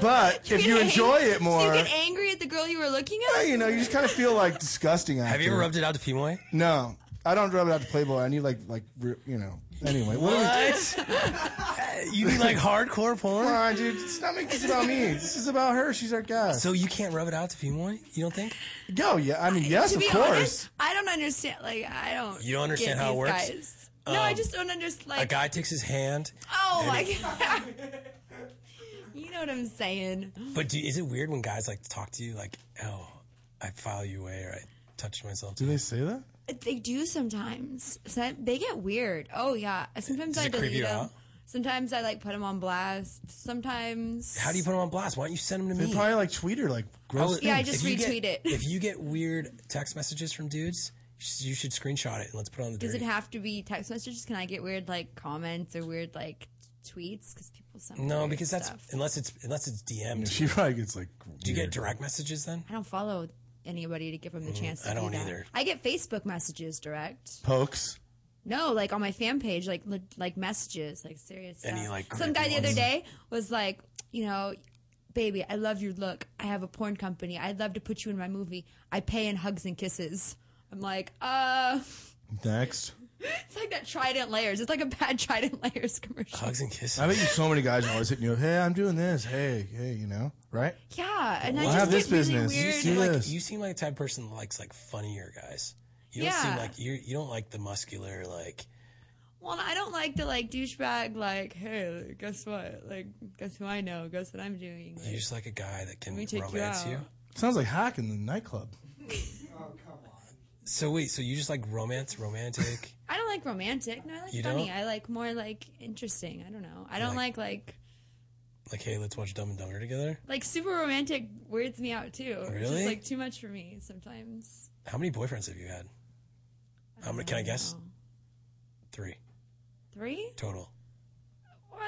[SPEAKER 10] but if you
[SPEAKER 11] get ang-
[SPEAKER 10] enjoy it more,
[SPEAKER 11] so you get angry at the girl you were looking at.
[SPEAKER 10] Yeah, you know, you just kind of feel like disgusting. After.
[SPEAKER 9] Have you ever rubbed it out to Pimoy?
[SPEAKER 10] No, I don't rub it out to Playboy. I need like like re- you know. Anyway, what?
[SPEAKER 9] What? [laughs] You need like hardcore porn?
[SPEAKER 10] Come on, dude. Stop making this about me. This is about her. She's our guest.
[SPEAKER 9] So you can't rub it out to Pimoy? You don't think?
[SPEAKER 10] Yo, yeah. I mean, yes,
[SPEAKER 11] to
[SPEAKER 10] of
[SPEAKER 11] be
[SPEAKER 10] course.
[SPEAKER 11] honest, I don't understand. Like, I don't.
[SPEAKER 9] You don't understand
[SPEAKER 11] get
[SPEAKER 9] how it works?
[SPEAKER 11] these guys. no,
[SPEAKER 9] Um,
[SPEAKER 11] I just don't understand. Like,
[SPEAKER 9] a guy takes his hand.
[SPEAKER 11] oh
[SPEAKER 9] and
[SPEAKER 11] my
[SPEAKER 9] it-
[SPEAKER 11] god. [laughs] you know what I'm saying?
[SPEAKER 9] But do, is it weird when guys like talk to you like, oh, I file you away or I touch myself? Do
[SPEAKER 10] they say that?
[SPEAKER 11] They do sometimes. Some- They get weird. Oh yeah. Sometimes
[SPEAKER 9] Does
[SPEAKER 11] I
[SPEAKER 9] it creep
[SPEAKER 11] delete
[SPEAKER 9] you
[SPEAKER 11] them.
[SPEAKER 9] out?
[SPEAKER 11] Sometimes I like put them on blast. Sometimes.
[SPEAKER 9] How do you put them on blast? Why don't you send them to
[SPEAKER 10] They
[SPEAKER 9] me?
[SPEAKER 10] probably like tweet her like gross.
[SPEAKER 9] would-
[SPEAKER 11] Yeah, I just
[SPEAKER 9] if you get-
[SPEAKER 11] retweet it.
[SPEAKER 9] If you get weird text messages from dudes, you should screenshot it and let's put it on the.
[SPEAKER 11] Does it
[SPEAKER 9] dirty.
[SPEAKER 11] have to be text messages? Can I get weird like comments or weird like tweets? Because people send me
[SPEAKER 9] No,
[SPEAKER 11] weird
[SPEAKER 9] because that's
[SPEAKER 11] stuff.
[SPEAKER 9] unless it's unless it's DM.
[SPEAKER 10] [laughs] She probably gets like.
[SPEAKER 9] Do you get
[SPEAKER 10] weird.
[SPEAKER 9] direct messages then?
[SPEAKER 11] I don't follow anybody to give them the chance. To
[SPEAKER 9] Mm, I
[SPEAKER 11] do
[SPEAKER 9] don't
[SPEAKER 11] that.
[SPEAKER 9] either.
[SPEAKER 11] I get Facebook messages direct.
[SPEAKER 10] pokes.
[SPEAKER 11] No, like on my fan page, like le- like messages, like serious
[SPEAKER 9] Any,
[SPEAKER 11] stuff.
[SPEAKER 9] like,
[SPEAKER 11] Some guy
[SPEAKER 9] creepy
[SPEAKER 11] the other
[SPEAKER 9] ones?
[SPEAKER 11] day was like, you know, baby, I love your look. I have a porn company. I'd love to put you in my movie. I pay in hugs and kisses. I'm like, uh, [laughs]
[SPEAKER 10] Next.
[SPEAKER 11] it's like that Trident layers. It's like a bad [laughs] Trident layers commercial.
[SPEAKER 9] Hugs and kisses.
[SPEAKER 10] I bet you so many guys are always hitting you. Hey, I'm doing this. Hey, hey, you know, right?
[SPEAKER 11] Yeah, and I
[SPEAKER 10] Well, I
[SPEAKER 11] just
[SPEAKER 10] have
[SPEAKER 11] get
[SPEAKER 10] this business.
[SPEAKER 11] Really
[SPEAKER 10] You
[SPEAKER 11] weird.
[SPEAKER 10] see
[SPEAKER 9] You,
[SPEAKER 10] Yes.
[SPEAKER 9] like, you seem like the type of person that likes like funnier guys. You don't seem
[SPEAKER 11] Yeah.
[SPEAKER 9] like you. You don't like the muscular like.
[SPEAKER 11] Well, I don't like the like douchebag. Like, hey, like, guess what? Like, guess who I know? Guess what I'm doing?
[SPEAKER 9] You're just like a guy that can
[SPEAKER 11] Let me take you
[SPEAKER 9] romance
[SPEAKER 11] out.
[SPEAKER 9] you,
[SPEAKER 10] Sounds like hack in the nightclub.
[SPEAKER 9] So wait, so you just like romance, romantic? [laughs]
[SPEAKER 11] I don't like romantic. No, I like
[SPEAKER 9] You
[SPEAKER 11] funny.
[SPEAKER 9] don't?
[SPEAKER 11] I like more like interesting. I don't know. I don't like like
[SPEAKER 9] like, hey, let's watch Dumb and Dumber together.
[SPEAKER 11] like super romantic weirds me out too. It's
[SPEAKER 9] Really?
[SPEAKER 11] just like too much for me sometimes.
[SPEAKER 9] How many boyfriends have you had? How many? Can I guess? Three
[SPEAKER 11] Three?
[SPEAKER 9] total.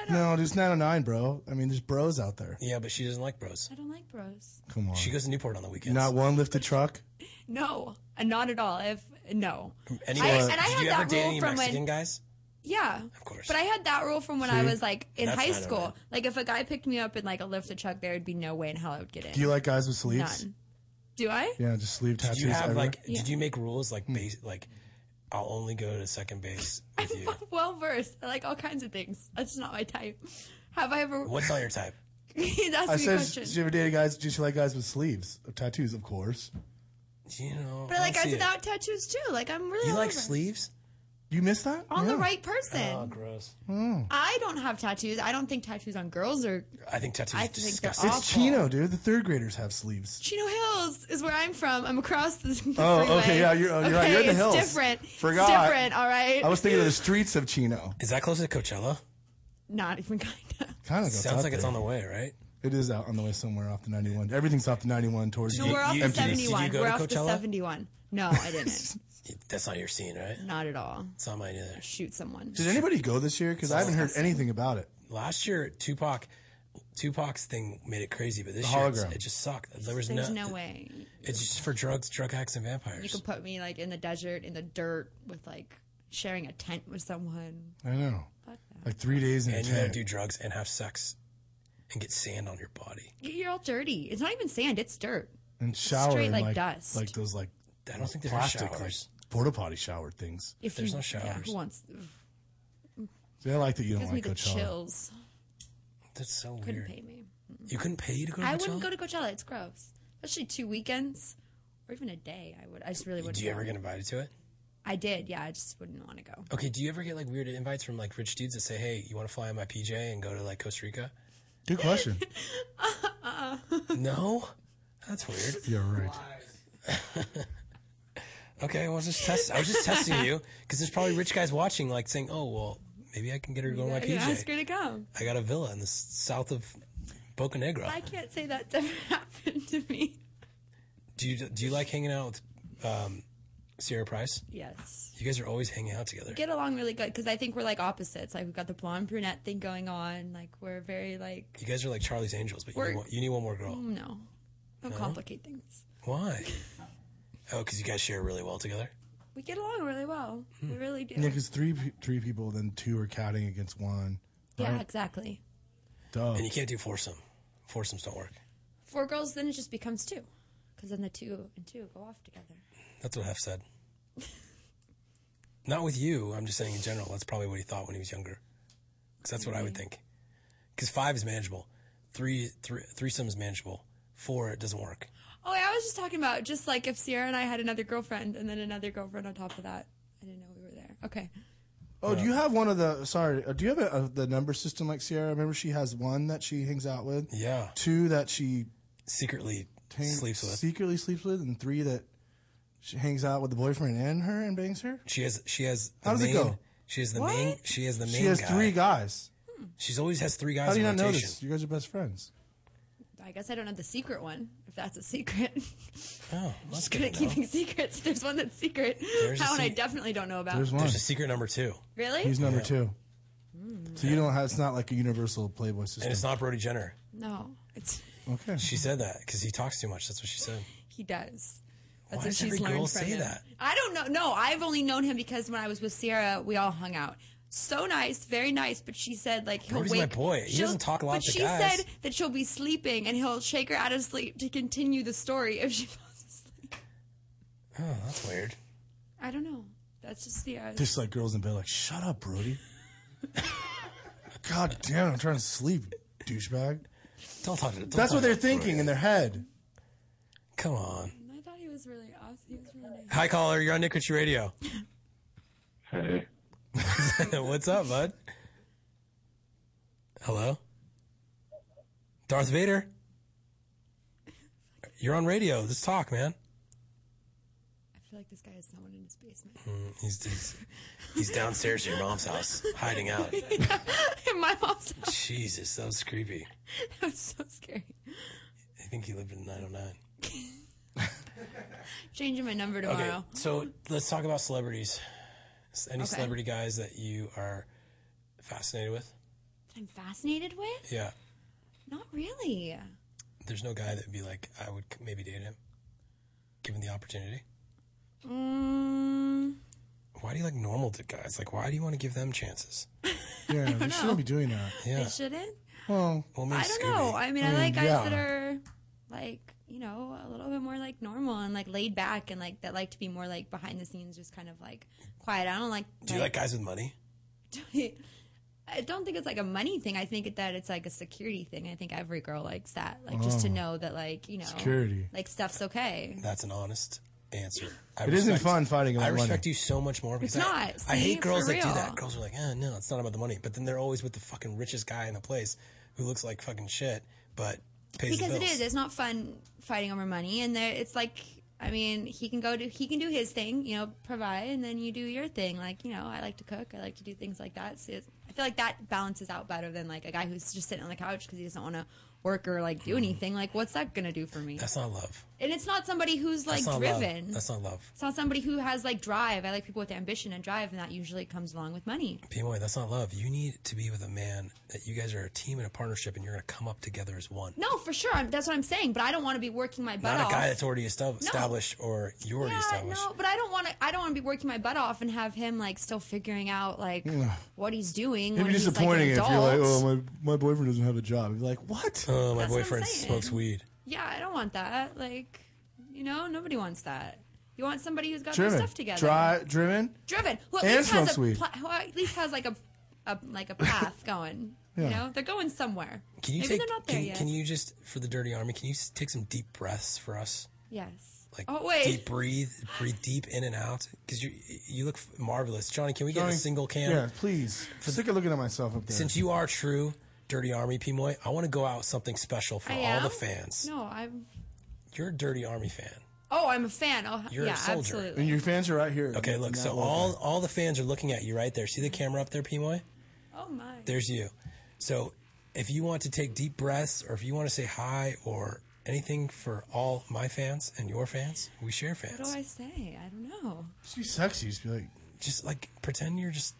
[SPEAKER 10] No, just 909, bro. I mean, there's bros out there.
[SPEAKER 9] Yeah, but she doesn't like bros.
[SPEAKER 11] I don't like bros.
[SPEAKER 10] Come on.
[SPEAKER 9] She goes to Newport on the weekends.
[SPEAKER 10] Not one lifted truck.
[SPEAKER 11] No, uh, not at all. If no,
[SPEAKER 9] Any,
[SPEAKER 11] I-
[SPEAKER 9] Mex-
[SPEAKER 11] and I
[SPEAKER 9] did
[SPEAKER 11] had
[SPEAKER 9] you ever
[SPEAKER 11] that
[SPEAKER 9] date
[SPEAKER 11] rule
[SPEAKER 9] any
[SPEAKER 11] from
[SPEAKER 9] Mexican
[SPEAKER 11] when-
[SPEAKER 9] guys?
[SPEAKER 11] yeah,
[SPEAKER 9] of course.
[SPEAKER 11] But I had that rule from when I
[SPEAKER 10] See?
[SPEAKER 11] was like in
[SPEAKER 10] That's
[SPEAKER 11] high
[SPEAKER 10] not
[SPEAKER 11] school. Like if a guy picked me up in like a lift a truck, there would be no way in hell I would get in.
[SPEAKER 10] Do you like guys with sleeves?
[SPEAKER 11] None. Do I?
[SPEAKER 10] Yeah, just sleeve
[SPEAKER 9] Did
[SPEAKER 10] tattoos.
[SPEAKER 9] you have
[SPEAKER 10] everywhere.
[SPEAKER 9] like? Did you make rules like base like? I'll only go to second
[SPEAKER 11] [laughs]
[SPEAKER 9] base [laughs] with you.
[SPEAKER 11] Well versed. I like all kinds of things. That's not my type. Have I ever? [laughs]
[SPEAKER 9] What's not your type?
[SPEAKER 11] That's
[SPEAKER 10] I
[SPEAKER 11] a good
[SPEAKER 10] said,
[SPEAKER 11] question.
[SPEAKER 10] did you ever date guys? Did you like guys with sleeves? Or tattoos, of course.
[SPEAKER 9] You know.
[SPEAKER 11] But I like
[SPEAKER 9] I
[SPEAKER 11] guys
[SPEAKER 9] see it.
[SPEAKER 11] without tattoos too. Like I'm really
[SPEAKER 9] You
[SPEAKER 11] all
[SPEAKER 9] like
[SPEAKER 11] over.
[SPEAKER 9] sleeves?
[SPEAKER 10] You missed that?
[SPEAKER 11] on the right person.
[SPEAKER 9] Oh, gross.
[SPEAKER 11] I don't have tattoos. I don't think tattoos on girls are.
[SPEAKER 9] I think tattoos
[SPEAKER 11] I
[SPEAKER 9] are
[SPEAKER 11] think they're
[SPEAKER 9] disgusting.
[SPEAKER 10] It's Chino, dude. The third graders have sleeves.
[SPEAKER 11] Chino Hills is where I'm from. I'm across the. [laughs] the
[SPEAKER 10] Oh,
[SPEAKER 11] freeway.
[SPEAKER 10] okay, yeah, you're- oh, you're right,
[SPEAKER 11] Okay,
[SPEAKER 10] you're in the
[SPEAKER 11] it's
[SPEAKER 10] hills.
[SPEAKER 11] Different.
[SPEAKER 10] Forgot.
[SPEAKER 11] It's different. All right.
[SPEAKER 10] I was thinking of the streets of Chino.
[SPEAKER 9] Is that close to Coachella?
[SPEAKER 11] Not even kind of.
[SPEAKER 10] Kind of
[SPEAKER 9] Sounds like it's on the way, right?
[SPEAKER 10] It is out on the way somewhere off the 91. Everything's off the 91 towards.
[SPEAKER 11] No, we're off the
[SPEAKER 10] empty.
[SPEAKER 11] 71. We're
[SPEAKER 9] to
[SPEAKER 11] off the
[SPEAKER 9] Coachella?
[SPEAKER 11] 71. No,
[SPEAKER 9] [laughs]
[SPEAKER 11] I didn't.
[SPEAKER 9] That's not your scene, right?
[SPEAKER 11] Not at all.
[SPEAKER 9] It's not mine either.
[SPEAKER 11] Shoot someone.
[SPEAKER 10] Did anybody go this year? Because I haven't heard anything about it.
[SPEAKER 9] Last year, Tupac, Tupac's thing made it crazy, but this
[SPEAKER 10] The
[SPEAKER 9] year it's-
[SPEAKER 10] hologram.
[SPEAKER 9] it just sucked. There was
[SPEAKER 11] There's
[SPEAKER 9] no,
[SPEAKER 11] no way.
[SPEAKER 9] It's just for drugs, drug hacks, and
[SPEAKER 11] You
[SPEAKER 9] vampires.
[SPEAKER 11] can put me like in the desert, in the dirt, with like sharing a tent with someone.
[SPEAKER 10] I know. Like three days in
[SPEAKER 9] and
[SPEAKER 10] a
[SPEAKER 9] you don't
[SPEAKER 10] tent.
[SPEAKER 9] do drugs and have sex and get sand on your body.
[SPEAKER 11] You're all dirty. It's not even sand. It's dirt.
[SPEAKER 10] and shower
[SPEAKER 11] straight
[SPEAKER 10] in,
[SPEAKER 11] like
[SPEAKER 10] like,
[SPEAKER 11] dust.
[SPEAKER 10] like those like
[SPEAKER 9] I don't think there are
[SPEAKER 10] plastic like
[SPEAKER 9] showers.
[SPEAKER 10] porta potty shower things.
[SPEAKER 11] If you- Yeah, who wants?
[SPEAKER 10] See, I like that you don't
[SPEAKER 11] Gives me
[SPEAKER 10] like
[SPEAKER 11] the
[SPEAKER 10] Coachella.
[SPEAKER 11] chills.
[SPEAKER 9] That's so
[SPEAKER 11] Couldn't
[SPEAKER 9] weird.
[SPEAKER 11] pay me.
[SPEAKER 9] You couldn't pay to go to
[SPEAKER 11] I
[SPEAKER 9] Coachella?
[SPEAKER 11] wouldn't go to Coachella. It's gross. Especially two weekends or even a day. I would. I just really wouldn't.
[SPEAKER 9] Do you
[SPEAKER 11] go.
[SPEAKER 9] ever get invited to it?
[SPEAKER 11] I did. Yeah, I just wouldn't want to go.
[SPEAKER 9] Okay, do you ever get like weird invites from like rich dudes that say, hey, you want to fly on my PJ and go to like Costa [laughs] Rica?
[SPEAKER 10] Good
[SPEAKER 11] [laughs]
[SPEAKER 10] question.
[SPEAKER 9] no? That's weird.
[SPEAKER 10] You're right.
[SPEAKER 9] Okay, I was just test. I was just testing you because there's probably rich guys watching, like saying, "Oh, well, maybe I can get her going my
[SPEAKER 11] Yeah,
[SPEAKER 9] PJ.
[SPEAKER 11] ask her to come.
[SPEAKER 9] I got a villa in the s- south of Bocanegra.
[SPEAKER 11] I can't say [laughs] that's ever happened to me.
[SPEAKER 9] Do you do you like hanging out with um, Sierra Price?
[SPEAKER 11] Yes.
[SPEAKER 9] You guys are always hanging out together.
[SPEAKER 11] Get along really good because I think we're like opposites. Like we've got the blonde brunette thing going on. Like we're very like
[SPEAKER 9] You guys are like Charlie's Angels, but you
[SPEAKER 11] We're- Mm.
[SPEAKER 9] need, one, you need one more girl.
[SPEAKER 11] no, don't
[SPEAKER 9] No?
[SPEAKER 11] complicate things.
[SPEAKER 9] Why? Oh, because you guys share really well together.
[SPEAKER 11] We get along really well.
[SPEAKER 9] Hmm.
[SPEAKER 11] We really do.
[SPEAKER 10] Nick is three pe- three people, then two are counting against one.
[SPEAKER 11] yeah,
[SPEAKER 10] Right?
[SPEAKER 11] exactly.
[SPEAKER 10] Duh.
[SPEAKER 9] And you can't do foursome. Foursomes don't work.
[SPEAKER 11] Four girls, then it just becomes two, because then the two and two go off together.
[SPEAKER 9] That's what Hef said. Not with you. I'm just saying in general. That's probably what he thought when he was younger. Because that's what I would
[SPEAKER 10] Mm-hmm.
[SPEAKER 9] think. Because five is manageable. Three, three, threesome is manageable. Four, it doesn't work.
[SPEAKER 11] Oh, I was just talking about just like if Sierra and I had another girlfriend and then another girlfriend on top of that. I didn't know we were there. Okay.
[SPEAKER 10] Oh, do you have one of the? Sorry, uh, do you have a, uh the number system like Sierra? Remember, she has one that she hangs out with.
[SPEAKER 9] Yeah.
[SPEAKER 10] Two that she
[SPEAKER 9] secretly sleeps with.
[SPEAKER 10] Secretly sleeps with, and three that she hangs out with the boyfriend and her and bangs her.
[SPEAKER 9] She has. She has. The
[SPEAKER 10] How does it
[SPEAKER 9] main,
[SPEAKER 10] go?
[SPEAKER 9] She has the main. She has the main.
[SPEAKER 10] She has
[SPEAKER 9] guy.
[SPEAKER 10] three guys.
[SPEAKER 9] She's always has three guys.
[SPEAKER 10] How do you
[SPEAKER 9] in
[SPEAKER 10] not know
[SPEAKER 9] rotation.
[SPEAKER 10] this? You guys are best friends.
[SPEAKER 11] I guess I don't know the secret one, if that's a secret. [laughs]
[SPEAKER 9] Oh,
[SPEAKER 11] I'm
[SPEAKER 9] that's
[SPEAKER 11] just
[SPEAKER 9] good.
[SPEAKER 11] good at
[SPEAKER 9] to know.
[SPEAKER 11] keeping secrets. [laughs] There's one that's secret.
[SPEAKER 9] There's a
[SPEAKER 11] that one I
[SPEAKER 9] sec-
[SPEAKER 11] definitely don't know about.
[SPEAKER 9] There's a secret number two.
[SPEAKER 11] Really?
[SPEAKER 10] He's number
[SPEAKER 9] Yeah.
[SPEAKER 10] two.
[SPEAKER 11] Hmm.
[SPEAKER 10] So you don't have. It's not like a universal Playboy system.
[SPEAKER 9] And it's not Brody Jenner.
[SPEAKER 11] No, it's
[SPEAKER 10] Okay.
[SPEAKER 9] She said that because he talks too much. That's what she said.
[SPEAKER 11] he
[SPEAKER 9] Why
[SPEAKER 11] does. That's what
[SPEAKER 9] does
[SPEAKER 11] she's
[SPEAKER 9] every
[SPEAKER 11] learned
[SPEAKER 9] girl
[SPEAKER 11] from
[SPEAKER 9] say
[SPEAKER 11] him.
[SPEAKER 9] that?
[SPEAKER 11] I don't know. No, I've only known him because when I was with Sierra, we all hung out. So nice, very nice. But she said like he'll
[SPEAKER 9] Brody's
[SPEAKER 11] wake.
[SPEAKER 9] my boy. He
[SPEAKER 11] she'll-
[SPEAKER 9] doesn't talk a lot
[SPEAKER 11] But
[SPEAKER 9] to
[SPEAKER 11] she
[SPEAKER 9] guys.
[SPEAKER 11] said that she'll be sleeping and he'll shake her out of sleep to continue the story if she [laughs] falls asleep.
[SPEAKER 9] Oh, that's weird.
[SPEAKER 11] I don't know. That's just Sierra.
[SPEAKER 10] Just like girls in bed, like shut up, Brody. God damn, I'm trying to sleep, douchebag.
[SPEAKER 9] Don't talk to. Don't
[SPEAKER 10] That's
[SPEAKER 9] talk
[SPEAKER 10] what they're
[SPEAKER 9] to Brody.
[SPEAKER 10] thinking in their head.
[SPEAKER 9] Come on.
[SPEAKER 11] I thought he was really awesome. He was really nice.
[SPEAKER 9] Hi, caller. You're on Nick Ritchie Radio.
[SPEAKER 3] Hey.
[SPEAKER 9] [laughs] What's up, bud? Hello? Darth Vader? You're on radio. Let's talk, man.
[SPEAKER 11] I feel like this guy has someone in his basement.
[SPEAKER 9] Mm, he's, he's, he's downstairs at your mom's house, hiding out. Hmm.
[SPEAKER 11] [laughs] in my mom's house.
[SPEAKER 9] Jesus, that was creepy.
[SPEAKER 11] That was so scary.
[SPEAKER 9] I think he lived in 909.
[SPEAKER 11] Changing my number tomorrow.
[SPEAKER 9] Okay, so let's talk about celebrities. S- Any
[SPEAKER 11] Okay.
[SPEAKER 9] celebrity guys that you are fascinated with?
[SPEAKER 11] That I'm fascinated with?
[SPEAKER 9] Yeah.
[SPEAKER 11] Not really.
[SPEAKER 9] There's no guy that would be like, I would c- maybe date him, given the opportunity.
[SPEAKER 11] Mm,
[SPEAKER 9] Why do you like normal d- guys? Like, why do you want to give them chances?
[SPEAKER 11] [laughs]
[SPEAKER 10] Yeah, they shouldn't be doing that.
[SPEAKER 9] Yeah.
[SPEAKER 11] It shouldn't.
[SPEAKER 10] Well,
[SPEAKER 9] well
[SPEAKER 11] I don't know. I mean, I
[SPEAKER 9] Mm,
[SPEAKER 11] like guys that are like you know a little bit more like normal and like laid back and like that like to be more like behind the scenes, just kind of like quiet. I don't like.
[SPEAKER 9] Do you like guys with money?
[SPEAKER 11] [laughs] I don't think it's like a money thing. I think that it's like a security thing. I think every girl likes that, like just to
[SPEAKER 9] Oh.
[SPEAKER 11] know that like you know
[SPEAKER 9] Security.
[SPEAKER 11] like stuff's okay.
[SPEAKER 9] That's an honest answer. I
[SPEAKER 10] It isn't fun fighting about
[SPEAKER 9] I respect
[SPEAKER 10] money.
[SPEAKER 9] you so much more. Because
[SPEAKER 11] It's
[SPEAKER 9] I,
[SPEAKER 11] not.
[SPEAKER 9] I
[SPEAKER 11] See?
[SPEAKER 9] hate girls
[SPEAKER 11] For
[SPEAKER 9] that do
[SPEAKER 11] real.
[SPEAKER 9] that. Girls are like, eh, no, it's not about the money. But then they're always with the fucking richest guy in the place who looks like fucking shit, but pays
[SPEAKER 11] because
[SPEAKER 9] the
[SPEAKER 11] it
[SPEAKER 9] bills.
[SPEAKER 11] is it's not fun fighting over money and there, it's like i mean he can go do he can do his thing you know provide and then you do your thing like you know i like to cook i like to do things like that so it's, i feel like that balances out better than like a guy who's just sitting on the couch because he doesn't want to work or like do anything like what's that gonna do for me
[SPEAKER 9] Hmm. That's not love.
[SPEAKER 11] and it's not somebody who's like
[SPEAKER 9] That's not
[SPEAKER 11] driven
[SPEAKER 9] Love. That's not love.
[SPEAKER 11] it's not somebody who has like drive i like people with ambition and drive and that usually comes along with money
[SPEAKER 9] P-Boy, that's not love. You need to be with a man that you guys are a team and a partnership and you're going to come up together as one.
[SPEAKER 11] no for sure I'm, that's what i'm saying but i don't want to be working my butt
[SPEAKER 9] not
[SPEAKER 11] off
[SPEAKER 9] a guy that's already estab- established or you already established.
[SPEAKER 11] No, but I don't want to. I don't want to be working my butt off and have him like still figuring out like
[SPEAKER 10] Ugh.
[SPEAKER 11] what he's doing.
[SPEAKER 10] It'd
[SPEAKER 11] when
[SPEAKER 10] be
[SPEAKER 11] he's,
[SPEAKER 10] disappointing
[SPEAKER 11] like, an
[SPEAKER 10] if you're like,
[SPEAKER 11] adult.
[SPEAKER 10] oh, my, my boyfriend doesn't have a job. You'd be like, what? [laughs]
[SPEAKER 9] Oh,
[SPEAKER 11] my That's what I'm boyfriend saying. smokes
[SPEAKER 9] weed.
[SPEAKER 11] yeah, I don't want that. Like, you know, nobody wants that. You want somebody who's got their
[SPEAKER 10] Driven.
[SPEAKER 11] stuff together,
[SPEAKER 10] Dri- driven.
[SPEAKER 11] driven, who at
[SPEAKER 10] And
[SPEAKER 11] least has
[SPEAKER 10] smokes
[SPEAKER 11] a
[SPEAKER 10] weed.
[SPEAKER 11] pla- who at least has like a, a like
[SPEAKER 10] [laughs]
[SPEAKER 11] a path going. You
[SPEAKER 9] Yeah.
[SPEAKER 11] know, they're going somewhere.
[SPEAKER 9] Can you
[SPEAKER 11] Maybe
[SPEAKER 9] take?
[SPEAKER 11] they're not there
[SPEAKER 9] can,
[SPEAKER 11] yet.
[SPEAKER 9] can you just for the dirty army? Can you s- take some deep breaths for us?
[SPEAKER 11] yes.
[SPEAKER 9] Like
[SPEAKER 11] oh wait.
[SPEAKER 9] deep breathe, breathe deep in and out because you you look f- marvelous, Johnny. Can we get
[SPEAKER 10] Johnny,
[SPEAKER 9] a single cam?
[SPEAKER 10] Yeah, please. Sick of looking at myself up there.
[SPEAKER 9] Since you are true dirty army Pimoy, I want to go out with something special for
[SPEAKER 11] I
[SPEAKER 9] all
[SPEAKER 11] am?
[SPEAKER 9] the fans.
[SPEAKER 11] No, I'm.
[SPEAKER 9] You're a dirty army fan.
[SPEAKER 11] Oh, I'm a fan. Oh,
[SPEAKER 9] You're a
[SPEAKER 11] yeah,
[SPEAKER 9] soldier.
[SPEAKER 11] absolutely.
[SPEAKER 10] And your fans are right here.
[SPEAKER 9] Okay, look. So
[SPEAKER 10] Now,
[SPEAKER 9] all all the fans are looking at you right there. See the camera up there, Pimoy?
[SPEAKER 11] Oh my.
[SPEAKER 9] There's you. So if you want to take deep breaths, or if you want to say hi, or anything for all my fans and your fans, we share
[SPEAKER 4] What do
[SPEAKER 9] fans.
[SPEAKER 4] I say? I don't know.
[SPEAKER 10] Just be sexy. Just be like,
[SPEAKER 9] just like pretend you're just.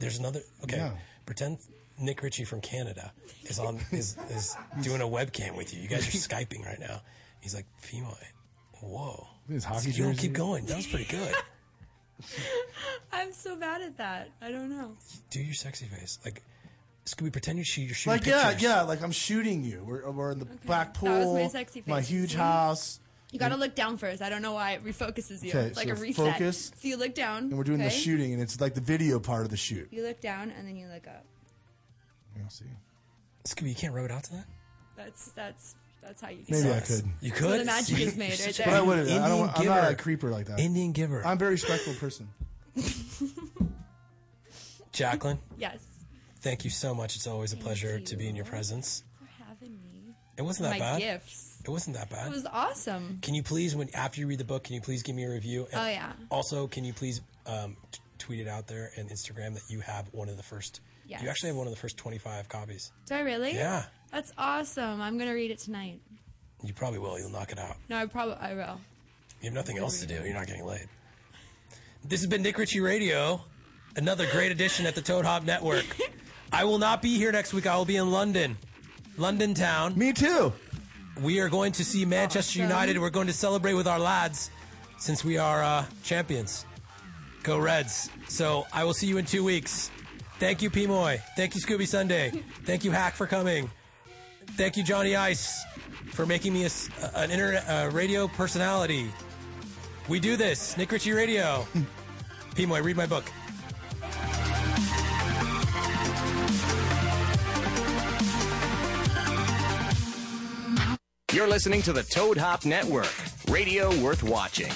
[SPEAKER 9] There's another. Okay,
[SPEAKER 10] Yeah.
[SPEAKER 9] pretend Nick Ritchie from Canada is
[SPEAKER 10] [laughs]
[SPEAKER 9] on is is doing a webcam with you. You guys are skyping right now. He's like Pimoy. Whoa.
[SPEAKER 10] His hockey
[SPEAKER 9] you don't
[SPEAKER 10] jersey.
[SPEAKER 9] keep going. That was pretty good.
[SPEAKER 11] I'm so bad at that. I don't know.
[SPEAKER 9] Do your sexy face. Like, Scooby, pretend you're, shoo- you're shooting
[SPEAKER 10] like
[SPEAKER 9] pictures.
[SPEAKER 10] yeah, yeah. Like I'm shooting you. We're, uh, we're in the back pool.
[SPEAKER 11] That was my sexy
[SPEAKER 10] my
[SPEAKER 11] face.
[SPEAKER 10] huge
[SPEAKER 11] See?
[SPEAKER 10] house.
[SPEAKER 11] You gotta look down first. I don't know why it refocuses you.
[SPEAKER 10] Okay,
[SPEAKER 11] it's like
[SPEAKER 10] so
[SPEAKER 11] a reset.
[SPEAKER 10] focus,
[SPEAKER 11] so you look down.
[SPEAKER 10] And we're doing the
[SPEAKER 11] okay?
[SPEAKER 10] shooting, and it's like the video part of the shoot.
[SPEAKER 11] You look down and then you look up.
[SPEAKER 10] You'll see.
[SPEAKER 9] Scooby, you can't rub it out to that.
[SPEAKER 11] That's that's that's how you. do
[SPEAKER 10] Maybe I
[SPEAKER 11] sex.
[SPEAKER 10] could.
[SPEAKER 9] [laughs] You
[SPEAKER 11] That's where the magic is made right there.
[SPEAKER 10] But I wouldn't. I
[SPEAKER 9] Indian
[SPEAKER 10] don't. I'm not
[SPEAKER 9] giver.
[SPEAKER 10] a creeper like that.
[SPEAKER 9] Indian giver.
[SPEAKER 10] I'm a very respectful person.
[SPEAKER 9] Jacqueline,
[SPEAKER 4] Yes.
[SPEAKER 9] thank you so much. It's always a pleasure to be in your presence.
[SPEAKER 4] For having me.
[SPEAKER 9] It wasn't
[SPEAKER 4] My
[SPEAKER 9] that bad.
[SPEAKER 4] gifts.
[SPEAKER 9] It wasn't that bad.
[SPEAKER 4] It was awesome.
[SPEAKER 9] can you please, when after you read the book, can you please give me a review?
[SPEAKER 4] Oh, yeah.
[SPEAKER 9] Also, can you please um, t- tweet it out there and Instagram that you have one of the first.
[SPEAKER 11] Yes.
[SPEAKER 9] You actually have one of the first 25 copies.
[SPEAKER 11] Do I really?
[SPEAKER 9] Yeah.
[SPEAKER 11] That's awesome. I'm gonna read it tonight.
[SPEAKER 9] You probably will. You'll knock it out.
[SPEAKER 11] No, I probably I will.
[SPEAKER 9] You have nothing else to do. You're not getting laid. This has been Nick Ritchie Radio, another great edition at the Toad Hop Network. I will not be here next week. I will be in London, London town.
[SPEAKER 10] Me too.
[SPEAKER 9] We are going to see Manchester United. We're going to celebrate with our lads since we are uh, champions. Go Reds. So I will see you in two weeks. Thank you, Pimoy. Thank you, Scooby Sunday. Thank you, Hack, for coming. Thank you, Johnny Ice, for making me a s an internet uh, radio personality. We do this. Nick Ritchie Radio. Pimoy, read my book.
[SPEAKER 19] You're listening to the Toad Hop Network, radio worth watching.